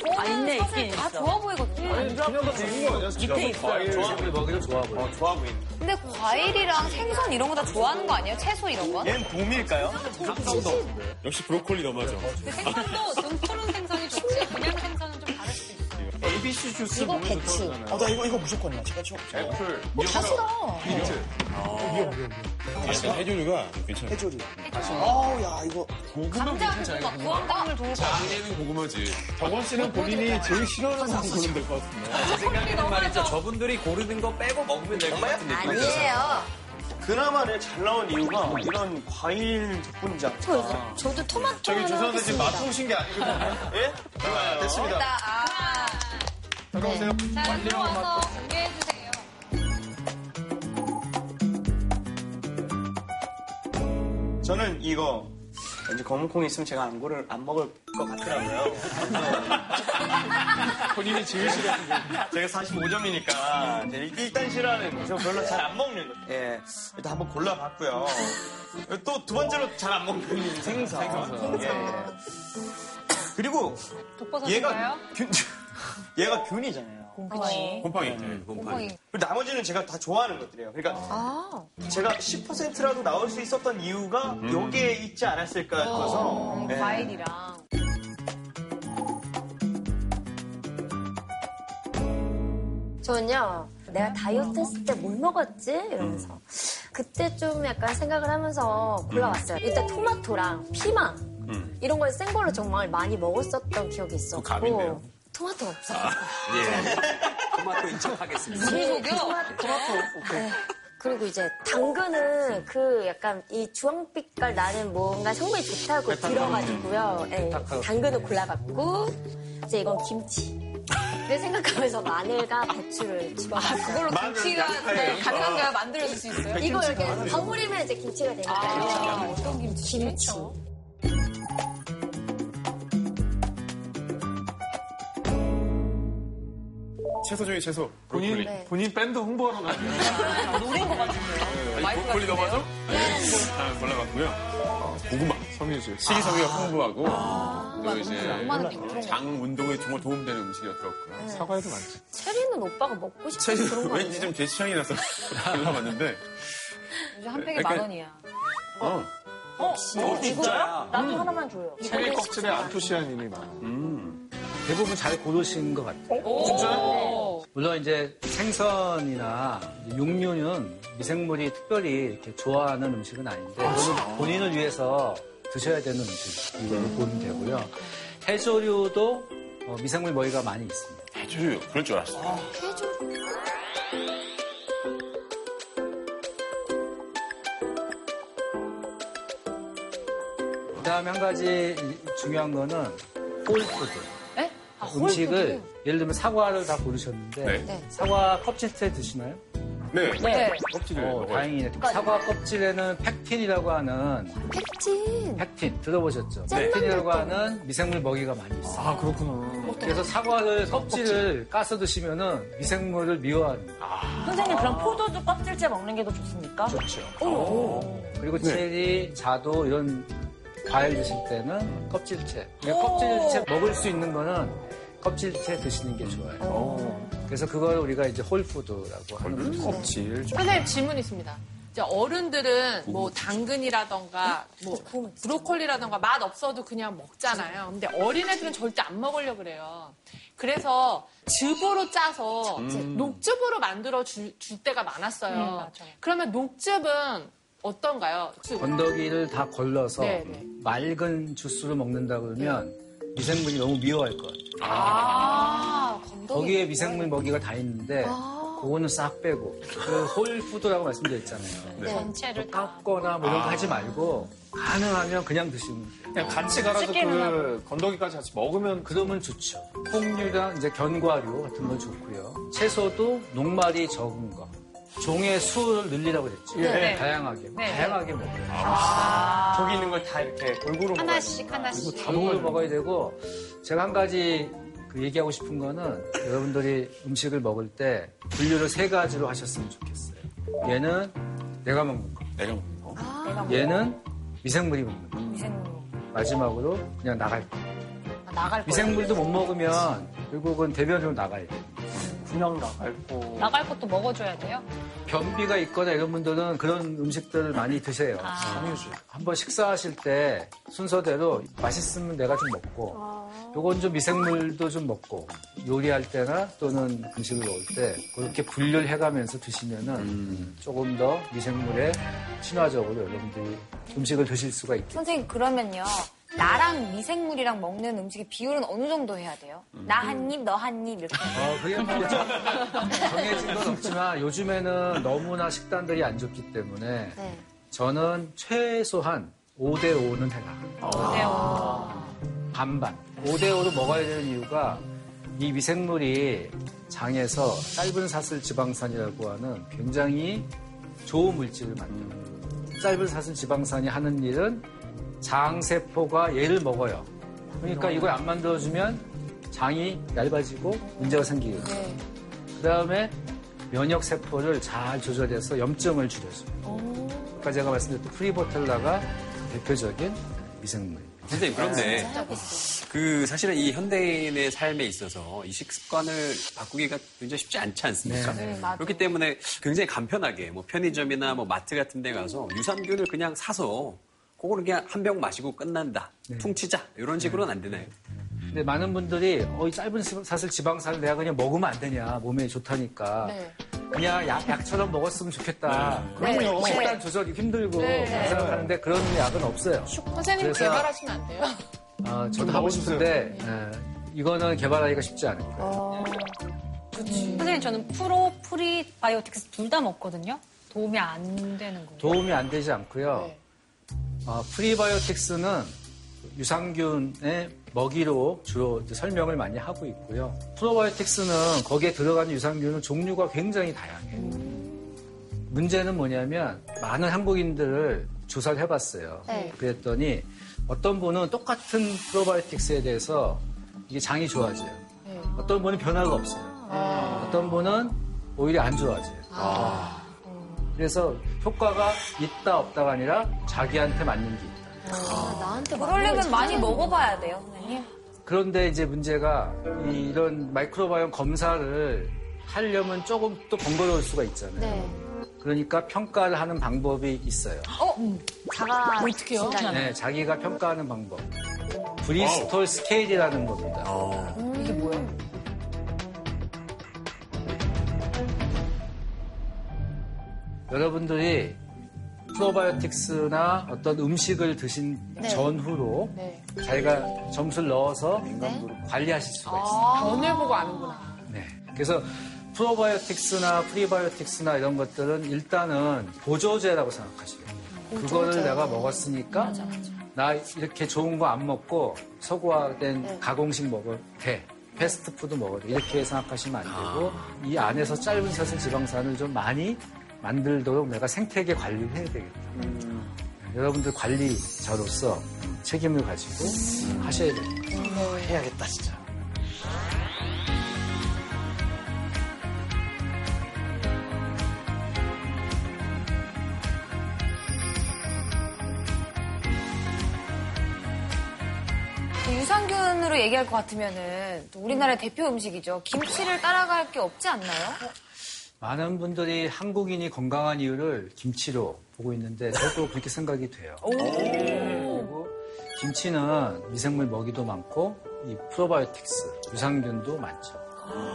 Speaker 1: 저는
Speaker 9: 아, 있네,
Speaker 1: 사실
Speaker 9: 있긴
Speaker 1: 다
Speaker 9: 있어.
Speaker 1: 좋아 보이거든요.
Speaker 7: 밑에
Speaker 5: 아, 예,
Speaker 7: 있어요. 조합을 먹이를 좋아 보여요.
Speaker 5: 좋아 보이는.
Speaker 1: 근데 과일이랑 생선 이런 거 다 좋아하는 거 아니에요? 채소 이런 건?
Speaker 7: 네.
Speaker 5: 얘는 봄일까요?
Speaker 8: 감성도. 역시 브로콜리 넘어죠.
Speaker 10: 네,
Speaker 2: 생선도 등푸른 생선이 좋지, 그냥 생선은 좀 다를 수 있어요.
Speaker 3: ABC 주스
Speaker 2: 이거
Speaker 3: 먹는 거
Speaker 2: 배추.
Speaker 3: 좋아하잖아요.
Speaker 12: 아, 나 이거, 이거 무조건이야. 제가 좀.
Speaker 8: 애플.
Speaker 12: 다 싫어.
Speaker 8: 비트.
Speaker 12: 미역, 미역,
Speaker 8: 아, 해조류가 괜찮아.
Speaker 12: 해조류. 아우, 야, 이거.
Speaker 1: 감자국밥, 구황감을 도울 것 같아요.
Speaker 8: 장내는 어, 고구마지.
Speaker 3: 정원
Speaker 12: 어,
Speaker 3: 씨는 본인이 제일
Speaker 12: 아,
Speaker 3: 싫어하는 거 고르면 될 것 같습니다.
Speaker 4: 제 생각에는 말이죠. 저분들이 고르는 거 빼고 먹으면 될 것 같은 느낌이
Speaker 10: 네.
Speaker 5: 그나마는 잘 나온 이유가 이런 과일 덕분이지 않을까.
Speaker 10: 저도 아, 토마토.
Speaker 3: 저기 조선생 지금
Speaker 10: 하겠습니다.
Speaker 3: 맞춰오신 게 아니거든요.
Speaker 5: 예?
Speaker 3: 아,
Speaker 1: 네.
Speaker 3: 됐습니다. 들어오세요.
Speaker 2: 자, 들어와서 공개해주세요.
Speaker 5: 저는 이거 왠지 검은콩이 있으면 제가 안 고를 안 먹을 것 같더라고요. 본인이 제일 싫어하는 제가 45점이니까 일단 싫어하는 저 별로 잘 안 먹는 예 일단 한번 골라봤고요. 또 두 번째로 잘 안 먹는 생선. 생선. 예. 그리고
Speaker 2: 독버섯인가요?
Speaker 5: 얘가 균 얘가 균이잖아요. 네.
Speaker 2: 그치.
Speaker 8: 곰팡이.
Speaker 2: 곰팡이.
Speaker 5: 그리고 나머지는 제가 다 좋아하는 것들이에요. 그러니까 제가 10%라도 나올 수 있었던 이유가 여기에 있지 않았을까 싶어서
Speaker 1: 음,
Speaker 5: 네.
Speaker 1: 과일이랑.
Speaker 10: 저는요, 내가 다이어트 했을 때 뭘 먹었지? 이러면서.
Speaker 4: 음.
Speaker 10: 그때 좀 약간 생각을 하면서 골라왔어요. 일단 토마토랑 피망.
Speaker 4: 음.
Speaker 10: 이런 걸 센 걸로 정말 많이 먹었었던 기억이 있었고.
Speaker 4: 그 갑인데요? 아.
Speaker 10: 토마토 없어.
Speaker 4: 예. 토마토 인정하겠습니다.
Speaker 10: 토마토. 음. 네. 그리고 이제 당근은 그 약간 이 주황빛깔 나는 뭔가 성분이 좋다고 들어가지고요. 예, 당근을 골라봤고 이제 이건 김치. 내 생각하면서 마늘과 배추를 집어. 아
Speaker 11: 그걸로 김치가 네, 가능한가요? 만들어줄 수 있어요?
Speaker 10: 이거 이렇게 버무리면 이제 김치가 되니까요.
Speaker 2: 아.
Speaker 11: 어떤 김치? 김치.
Speaker 8: 채소 중에 채소.
Speaker 3: 본인,
Speaker 8: 브로콜리.
Speaker 3: 본인 밴드 홍보하러 가요.
Speaker 9: 아,
Speaker 11: 노린 것 같은데요?
Speaker 8: 아니, 네, 브로콜리 넘어죠? 네. 골라봤고요. 어, 고구마. 섬유질. 식이섬유가
Speaker 3: 아.
Speaker 8: 풍부하고. 또
Speaker 10: 아. 고구마는
Speaker 8: 이제 장 운동에 정말 도움되는 음식이었더라고요.
Speaker 3: 사과에도 많지.
Speaker 10: 체리는 오빠가 먹고 싶은 그런 거
Speaker 8: 왠지
Speaker 10: 아니에요?
Speaker 8: 좀 제시향이 나서 골라봤는데.
Speaker 1: 요즘 한 팩에
Speaker 8: 약간-
Speaker 1: 만 원이야.
Speaker 8: 어.
Speaker 9: 어?
Speaker 8: 어, 진짜야?
Speaker 9: 나도 하나만 줘요.
Speaker 3: 음. 체리 껍질에 안토시아닌이 많아.
Speaker 7: 음, 대부분 잘 고르신 것 같아요. 물론 이제 생선이나 이제 육류는 미생물이 특별히 이렇게 좋아하는 음식은 아닌데 이거는 본인을 위해서 드셔야 되는 음식 이걸 보면 되고요. 해조류도 어, 미생물 먹이가 많이 있습니다.
Speaker 8: 해조류. 그럴 줄 알았어. 요
Speaker 7: 그다음에 한 가지 이- 중요한 거는 아, 홀푸드.
Speaker 11: 에?
Speaker 7: 음식을 예를 들면 사과를 다 고르셨는데
Speaker 8: 네. 네.
Speaker 7: 사과 껍질째 드시나요?
Speaker 8: 네.
Speaker 9: 네.
Speaker 8: 껍질을
Speaker 7: 어,
Speaker 8: 먹어요.
Speaker 7: 다행이네. 사과 껍질에는 팩틴이라고 하는 팩틴. 팩틴 들어보셨죠?
Speaker 8: 네.
Speaker 7: 팩틴이라고 하는 미생물 먹이가 많이 있어요. 아 그렇구나. 그래서 사과를 껍질을 까서 드시면은 미생물을 미워하는.
Speaker 9: 선생님 그럼 포도도 껍질째 먹는 게 더 좋습니까?
Speaker 7: 좋죠.
Speaker 9: 오.
Speaker 7: 그리고
Speaker 9: 네.
Speaker 7: 체리, 자도 이런 과일 드실 때는 껍질채. 그러니까
Speaker 9: 오.
Speaker 7: 껍질채 먹을 수 있는 거는 껍질채 드시는 게 좋아요. 그래서 그걸 우리가 이제 홀푸드라고 하는 거죠. 껍질.
Speaker 11: 선생님 질문 있습니다. 이제 어른들은 뭐 당근이라던가 뭐 브로콜리라던가 맛 없어도 그냥 먹잖아요. 근데 어린애들은 절대 안 먹으려고 그래요. 그래서 즙으로 짜서
Speaker 2: 음.
Speaker 11: 녹즙으로 만들어 줄, 줄 때가
Speaker 2: 음,
Speaker 11: 많았어요.
Speaker 2: 맞아요.
Speaker 11: 그러면 녹즙은 어떤가요? 즙.
Speaker 7: 건더기를 다 걸러서
Speaker 11: 네, 네.
Speaker 7: 맑은 주스로 먹는다 그러면 미생물이 너무 미워할 것 같아요.
Speaker 11: 아, 건더기.
Speaker 7: 거기에 미생물 먹이가 다 있는데 그거는 싹 빼고 그 홀푸드라고 말씀드렸잖아요.
Speaker 2: 네. 전체를 다.
Speaker 7: 깎거나 뭐 이런 거
Speaker 3: 아.
Speaker 7: 하지 말고 가능하면 그냥 드시면 돼요.
Speaker 3: 그냥 같이 갈아서 그
Speaker 7: 건더기까지 같이 먹으면 그러면 좋죠. 콩류랑 이제 견과류 같은 건 좋고요. 채소도 녹말이 적은 거. 종의 수를 늘리라고 그랬죠.
Speaker 5: 네. 네.
Speaker 7: 다양하게
Speaker 5: 네.
Speaker 7: 다양하게 먹어요.
Speaker 5: 저기 있는 걸 다 이렇게 골고루 먹어야
Speaker 2: 하나씩,
Speaker 5: 되는구나.
Speaker 2: 하나씩.
Speaker 7: 다 먹어야, 먹어야 되고 제가 한 가지 그 얘기하고 싶은 거는 여러분들이 음식을 먹을 때 분류를 세 가지로 하셨으면 좋겠어요. 얘는 내가 먹는 거. 내가 먹는 거. 아. 얘는 미생물이 먹는 거.
Speaker 9: 미생물
Speaker 7: 마지막으로 그냥 나갈 거.
Speaker 1: 아,
Speaker 9: 나갈 거예요.
Speaker 7: 미생물도 못 먹으면 결국은 대변으로 나가야 돼. 그냥 나갈 거.
Speaker 2: 나갈 것도 먹어줘야 돼요.
Speaker 7: 변비가 있거나 이런 분들은 그런 음식들을 많이 드세요.
Speaker 2: 아.
Speaker 7: 한번 식사하실 때 순서대로 맛있으면 내가 좀 먹고, 요건 좀 미생물도 좀 먹고, 요리할 때나 또는 음식을 먹을 때 그렇게 분류를 해가면서 드시면은 조금 더 미생물에 친화적으로 여러분들이 음식을 드실 수가 있죠.
Speaker 1: 선생님 그러면요. 나랑 미생물이랑 먹는 음식의 비율은 어느 정도 해야 돼요?
Speaker 7: 음.
Speaker 1: 나 한 입, 너 한 입 이렇게.
Speaker 7: 어, 그게 뭐 정해진 건 없지만 요즘에는 너무나 식단들이 안 좋기 때문에
Speaker 1: 네.
Speaker 7: 저는 최소한 5대5는 해라. 반반. 5대5로 먹어야 되는 이유가 이 미생물이 장에서 짧은 사슬 지방산이라고 하는 굉장히 좋은 물질을 만들어요. 짧은 사슬 지방산이 하는 일은 장세포가 얘를 먹어요. 그러니까 이걸 안 만들어주면 장이 얇아지고 문제가 생기고 그 다음에 면역세포를 잘 조절해서 염증을 줄여줘요. 아까 제가 말씀드렸던 프리보텔라가 대표적인 미생물.
Speaker 4: 선생님, 그런데 그 사실은 이 현대인의 삶에 있어서 이 식습관을 바꾸기가 굉장히 쉽지 않지 않습니까?
Speaker 7: 네. 네, 맞아요.
Speaker 4: 그렇기 때문에 굉장히 간편하게 뭐 편의점이나 뭐 마트 같은 데 가서 유산균을 그냥 사서 그거는 그냥 한 병 마시고 끝난다. 퉁치자. 이런 식으로는 안 되나요?
Speaker 7: 네. 근데 많은 분들이 어, 이 짧은 시- 사슬 지방산을 내가 그냥 먹으면 안 되냐 몸에 좋다니까 그냥 약, 약처럼 먹었으면 좋겠다
Speaker 11: 네. 그럼요.
Speaker 7: 아, 식단
Speaker 11: 네.
Speaker 7: 조절이 힘들고
Speaker 11: 네.
Speaker 7: 그런 생각하는데 그런 약은 없어요
Speaker 11: 선생님
Speaker 7: 그래서,
Speaker 11: 개발하시면 안 돼요?
Speaker 7: 아,
Speaker 11: 좀
Speaker 7: 저도 하고
Speaker 11: 넣어주세요.
Speaker 7: 싶은데 예, 이거는 개발하기가 쉽지 않을 거예요
Speaker 11: 어,
Speaker 2: 선생님 저는 프로 프리바이오틱스 둘 다 먹거든요. 도움이 안 되는 거.
Speaker 7: 도움이 안 되지 않고요 아, 프리바이오틱스는 유산균의 먹이로 주로 이제 설명을 많이 하고 있고요. 프로바이오틱스는 거기에 들어가는 유산균은 종류가 굉장히 다양해요. 문제는 뭐냐면 많은 한국인들을 조사를 해봤어요.
Speaker 12: 네.
Speaker 7: 그랬더니 어떤 분은 똑같은 프로바이오틱스에 대해서 이게 장이 좋아져요. 어떤 분은 변화가 없어요. 어떤 분은 오히려 안 좋아져요. 그래서 효과가 있다 없다가 아니라 자기한테 맞는 게 있다.
Speaker 10: 아,
Speaker 1: 나한테 그러려면 많이 먹어봐야 돼요, 선생님.
Speaker 7: 그런데 이제 문제가 이- 이런 마이크로바이옴 검사를 하려면 조금 또 번거로울 수가 있잖아요.
Speaker 11: 네.
Speaker 2: 네.
Speaker 7: 그러니까 평가를 하는 방법이 있어요.
Speaker 10: 어? 자가
Speaker 11: 어떡해요?
Speaker 7: 네, 자기가 평가하는 방법. 브리스톨 스케일이라는 겁니다.
Speaker 1: 이게 뭐야?
Speaker 7: 여러분들이 프로바이오틱스나 어떤 음식을 드신
Speaker 11: 네.
Speaker 7: 전후로
Speaker 11: 네.
Speaker 7: 자기가 점수를 넣어서
Speaker 1: 네.
Speaker 7: 관리하실 수가 있어요.
Speaker 1: 아.
Speaker 11: 변을 보고 아는구나.
Speaker 7: 그래서 프로바이오틱스나 프리바이오틱스나 이런 것들은 일단은 보조제라고 생각하시면 돼요.
Speaker 12: 보조제.
Speaker 7: 그거를 내가 먹었으니까 나 이렇게 좋은 거 안 먹고 서구화된 가공식 먹을 돼. 패스트푸드 먹어라 이렇게 생각하시면 안 되고 이 안에서 짧은 사슬 지방산을 좀 많이 만들도록 내가 생태계 관리를 해야 되겠다. 여러분들 관리자로서 책임을 가지고 하셔야 됩니다.
Speaker 12: 해야겠다 진짜.
Speaker 1: 그 유산균으로 얘기할 것 같으면은 또 우리나라의 대표 음식이죠. 김치를 따라갈 게 없지 않나요?
Speaker 7: 많은 분들이 한국인이 건강한 이유를 김치로 보고 있는데 저도 그렇게 생각이 돼요. 그리고 김치는 미생물 먹이도 많고 이 프로바이오틱스 유산균도 많죠.
Speaker 11: 어머,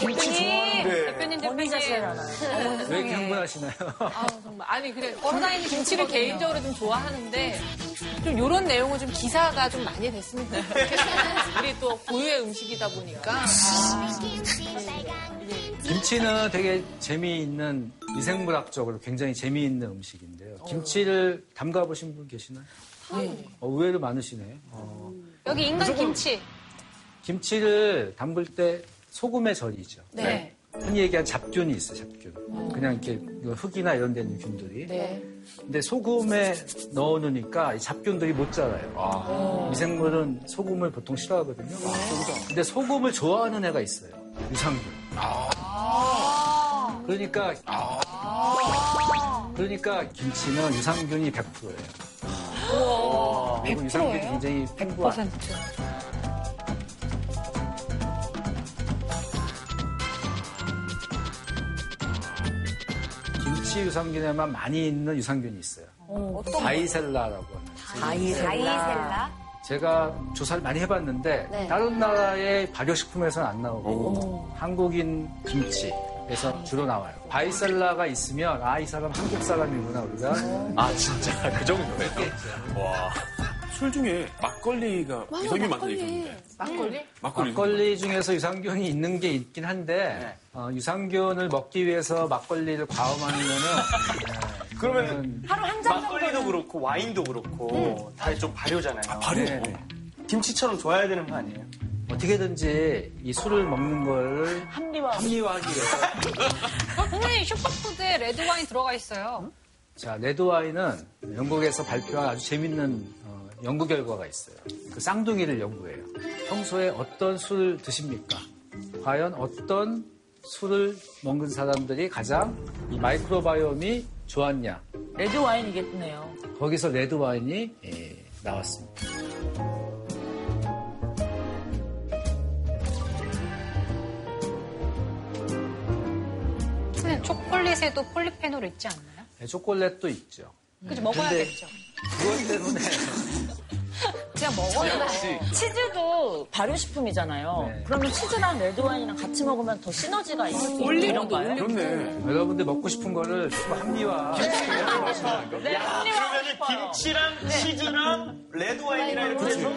Speaker 12: 김치
Speaker 11: 좋아하는데. 대표님,
Speaker 9: 네. 언니 자세히 알아요.
Speaker 7: 왜 이렇게 흥분하시나요?
Speaker 11: 아우, 정말. 아니, 그래. 걸어다니는 김치를
Speaker 7: 그렇죠.
Speaker 11: 개인적으로 좀 좋아하는데, 좀 요런 내용은 좀 기사가 좀 많이 됐으면 좋겠어요. 우리 또 고유의 음식이다 보니까.
Speaker 7: 아.
Speaker 11: 예.
Speaker 7: 네. 김치는 되게 재미있는 미생물학적으로 굉장히 재미있는 음식인데요. 김치를 담가 보신 분 계시나요?
Speaker 11: 네.
Speaker 7: 어, 의외로 많으시네. 어,
Speaker 2: 아, 여기 인간 김치.
Speaker 7: 김치를 담글 때 소금에 절이죠.
Speaker 2: 네.
Speaker 7: 흔히 얘기한 잡균이 있어요, 잡균. 그냥 이렇게 뭐 흙이나 이런 데 있는
Speaker 11: 네.
Speaker 7: 균들이.
Speaker 6: 네.
Speaker 7: 근데 소금에 넣어놓으니까 이 잡균들이 못 자라요. 미생물은 소금을 보통 싫어하거든요. 근데 소금을 좋아하는 애가 있어요. 유산균. 그러니까 그러니까 김치는 유산균이 100%예요. 그리고 유산균이 굉장히 풍부한. 김치 유산균에만 많이 있는 유산균이 있어요.
Speaker 1: 어떤
Speaker 7: 바이셀라라고 하는.
Speaker 1: 다이셀라.
Speaker 7: 제가 조사를 많이 해봤는데
Speaker 1: 네.
Speaker 7: 다른 나라의 발효식품에서는 안 나오고 한국인 김치에서 주로 나와요. 바이셀라가 있으면 아 이 사람 한국 사람이구나 우리가
Speaker 8: 아 진짜 그 정도예요?
Speaker 1: 네.
Speaker 8: 와. 술 중에 막걸리가
Speaker 7: 맞아,
Speaker 8: 이성균 맞는
Speaker 7: 막걸리.
Speaker 8: 얘기인데.
Speaker 11: 막걸리?
Speaker 7: 음.
Speaker 8: 막걸리.
Speaker 7: 막걸리 중에서 유산균이 있는 게 있긴 한데
Speaker 5: 네.
Speaker 7: 어, 유산균을 먹기 위해서 막걸리를 예, 과음하는 거는 그러면
Speaker 5: 하루 한 잔. 막걸리도 그렇고 와인도 그렇고
Speaker 1: 음.
Speaker 5: 다 좀 발효잖아요. 네,
Speaker 7: 발효?
Speaker 5: 김치처럼 좋아야 되는 거 아니에요?
Speaker 7: 어떻게든지 이 술을 먹는 걸 합리화 하기 위해서
Speaker 2: 어, 선생님, 슈퍼푸드에 레드와인 들어가 있어요.
Speaker 7: 자, 레드와인은 영국에서 발표한 아주 재밌는 어, 연구 결과가 있어요. 그 쌍둥이를 연구해요. 평소에 어떤 술 드십니까? 과연 어떤 술을 먹은 사람들이 가장 이 마이크로바이옴이 좋았냐?
Speaker 9: 레드 와인이겠네요.
Speaker 7: 거기서 레드와인이 예, 나왔습니다.
Speaker 2: 선생님, 초콜릿에도 폴리페놀 있지 않나요?
Speaker 7: 예, 초콜릿도 있죠.
Speaker 2: 그죠,
Speaker 7: 음.
Speaker 2: 먹어야겠죠.
Speaker 7: 그것 때문에
Speaker 9: 그냥 먹어요. 치즈도 발효식품이잖아요.
Speaker 7: 네.
Speaker 9: 그러면 치즈랑 레드 와인이랑 같이 먹으면 더 시너지가 있는
Speaker 7: 올리브도
Speaker 9: 그렇네.
Speaker 7: 여러분들 먹고 싶은 거를 조금 합리화.
Speaker 2: 네.
Speaker 1: 네,
Speaker 5: 야, 그러면 김치랑 치즈랑 레드
Speaker 1: 네,
Speaker 5: 와인이랑 이렇게 해서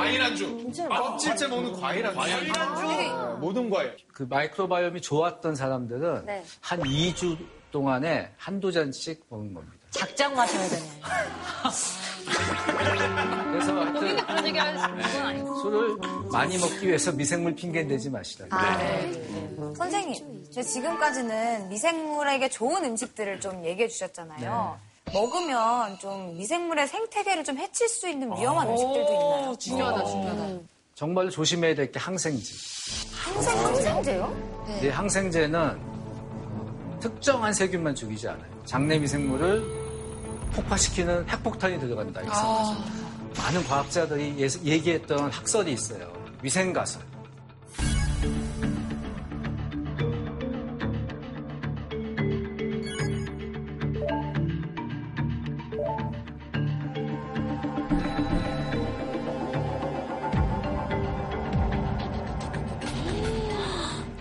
Speaker 3: 과일 안주. 아,
Speaker 5: 아,
Speaker 3: 껍질째 먹는 과일 안주. 모든 과일.
Speaker 7: 그 마이크로바이옴이 좋았던 사람들은
Speaker 9: 네.
Speaker 7: 한 2주 동안에 한두 잔씩 먹는 겁니다.
Speaker 9: 작작 마셔야 되네.
Speaker 7: 그래서 하여튼
Speaker 2: 그런 얘기 할 그건 아니고.
Speaker 7: 네. 술을 많이 먹기 위해서 미생물 핑계 내지 마시라.
Speaker 1: 아, 네. 선생님, 저 지금까지는 미생물에게 좋은 음식들을 좀 얘기해 주셨잖아요.
Speaker 11: 네.
Speaker 1: 먹으면 좀 미생물의 생태계를 좀 해칠 수 있는 위험한
Speaker 11: 아. 오,
Speaker 1: 음식들도 있나요? 네.
Speaker 11: 중요하다, 중요하다.
Speaker 7: 정말 조심해야 될 게 항생제.
Speaker 1: 항생, 항생제요?
Speaker 4: 네,
Speaker 7: 근데 항생제는 특정한 세균만 죽이지 않아요. 장내 미생물을 폭파시키는 핵폭탄이 들어간다. 이
Speaker 2: 아,
Speaker 11: 아.
Speaker 7: 생각하시면 돼요. 많은 과학자들이 예- 얘기했던 학설이 있어요. 위생가설.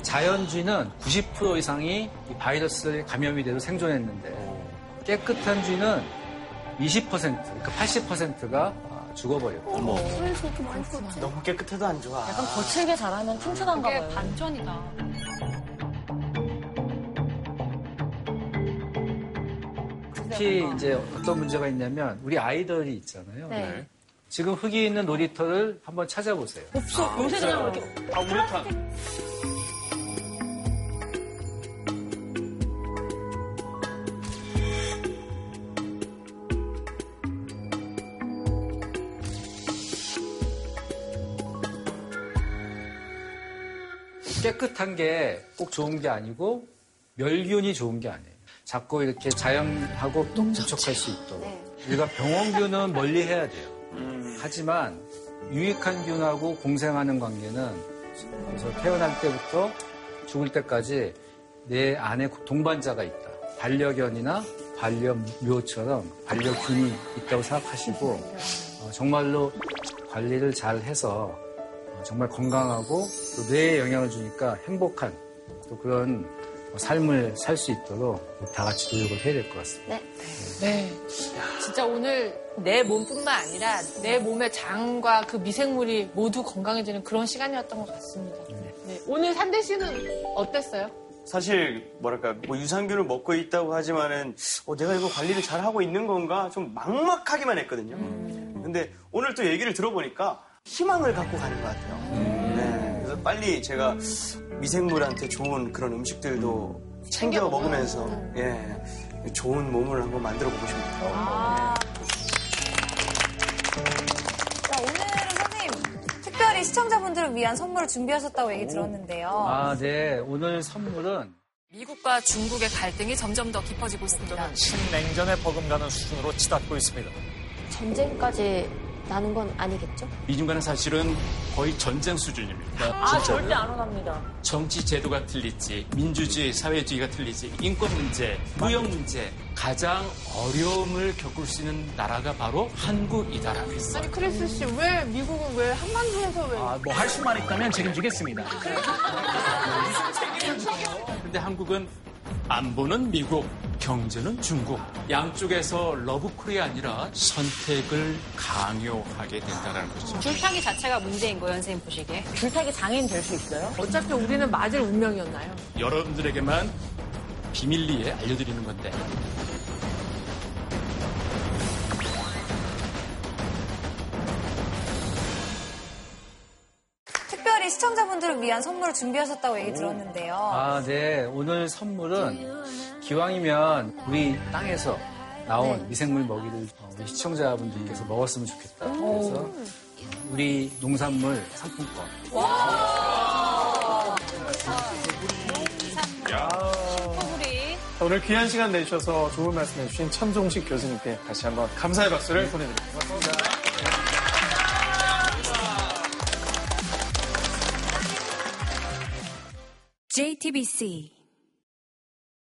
Speaker 7: 자연쥐는 90% 이상이 이 바이러스 감염이 돼서 생존했는데 깨끗한 쥐는 20% 그러니까 80%가 아, 죽어버렸고
Speaker 5: 너무 깨끗해도 안 좋아.
Speaker 9: 약간 거칠게 잘하면 튼튼한가
Speaker 2: 그게
Speaker 9: 봐요.
Speaker 2: 반전이다.
Speaker 7: 네. 특히 이제 어떤 문제가 있냐면 우리 아이들이 있잖아요.
Speaker 2: 네.
Speaker 7: 지금 흙이 있는 놀이터를 한번 찾아보세요.
Speaker 9: 없어. 요새 그냥
Speaker 4: 네.
Speaker 9: 이렇게
Speaker 5: 아, 우레탄.
Speaker 7: 깨끗한 게 꼭 좋은 게 아니고 멸균이 좋은 게 아니에요. 자꾸 이렇게 자연하고 또 접촉할 수 있도록. 우리가 병원균은 멀리 해야 돼요.
Speaker 5: 음.
Speaker 7: 하지만 유익한 균하고 공생하는 관계는 그래서 태어날 때부터 죽을 때까지 내 안에 동반자가 있다. 반려견이나 반려묘처럼 반려균이 있다고 생각하시고 어, 정말로 관리를 잘 해서 어, 정말 건강하고 또 뇌에 영향을 주니까 행복한 또 그런 어, 삶을 살 수 있도록 다 같이 노력을 해야 될 것 같습니다.
Speaker 6: 네. 진짜 오늘 내 몸뿐만 아니라 내 몸의 장과 그 미생물이 모두 건강해지는 그런 시간이었던 것 같습니다. 네. 오늘 산대 씨는 어땠어요?
Speaker 5: 사실 뭐랄까 뭐 유산균을 먹고 있다고 하지만은 어, 내가 이거 관리를 잘 하고 있는 건가 좀 막막하기만 했거든요. 근데 오늘 또 얘기를 들어보니까 희망을 갖고 가는 것 같아요. 네, 그래서 빨리 제가 미생물한테 좋은 그런 음식들도 챙겨 먹으면서 예 좋은 몸을 한번 만들어 보고 싶네요. 아.
Speaker 1: 자, 오늘은 선생님 특별히 시청자분들을 위한 선물을 준비하셨다고 얘기 들었는데요.
Speaker 7: 아, 네. 오늘 선물은
Speaker 13: 미국과 중국의 갈등이 점점 더 깊어지고 있습니다.
Speaker 14: 신냉전에 버금가는 수준으로 치닫고 있습니다.
Speaker 10: 전쟁까지 나는 건 아니겠죠?
Speaker 14: 미중 간의 사실은 거의 전쟁 수준입니다.
Speaker 9: 아, 절대 안 원합니다.
Speaker 14: 정치 제도가 틀리지, 민주주의, 사회주의가 틀리지, 인권 문제, 무역 문제, 가장 어려움을 겪을 수 있는 나라가 바로 한국이다라고 했어요.
Speaker 6: 아니 크리스 씨 왜 미국은 왜 한반도에서 왜?
Speaker 14: 아, 뭐 할 수만 있다면 책임지겠습니다. 근데 한국은 안보는 미국, 경제는 중국. 양쪽에서 러브콜이 아니라 선택을 강요하게 된다는 거죠.
Speaker 2: 줄타기 자체가 문제인 거예요, 선생님 보시기에.
Speaker 9: 줄타기 장애인 될 수 있어요?
Speaker 6: 어차피 우리는 맞을 운명이었나요?
Speaker 14: 여러분들에게만 비밀리에 알려드리는 건데.
Speaker 1: 특별히 시청자분들을 위한 선물을 준비하셨다고 얘기 들었는데요.
Speaker 7: 아, 네. 오늘 선물은 기왕이면 우리 땅에서 나온
Speaker 1: 네.
Speaker 7: 미생물 먹이를 어, 우리 시청자분들께서 먹었으면 좋겠다.
Speaker 1: 오.
Speaker 7: 그래서 우리 농산물 상품권.
Speaker 2: 어. 포구리.
Speaker 3: 자, 오늘 귀한 시간 내주셔서 좋은 말씀 해주신 천종식 교수님께 다시 한번 감사의 박수를 보내드립니다.
Speaker 13: JTBC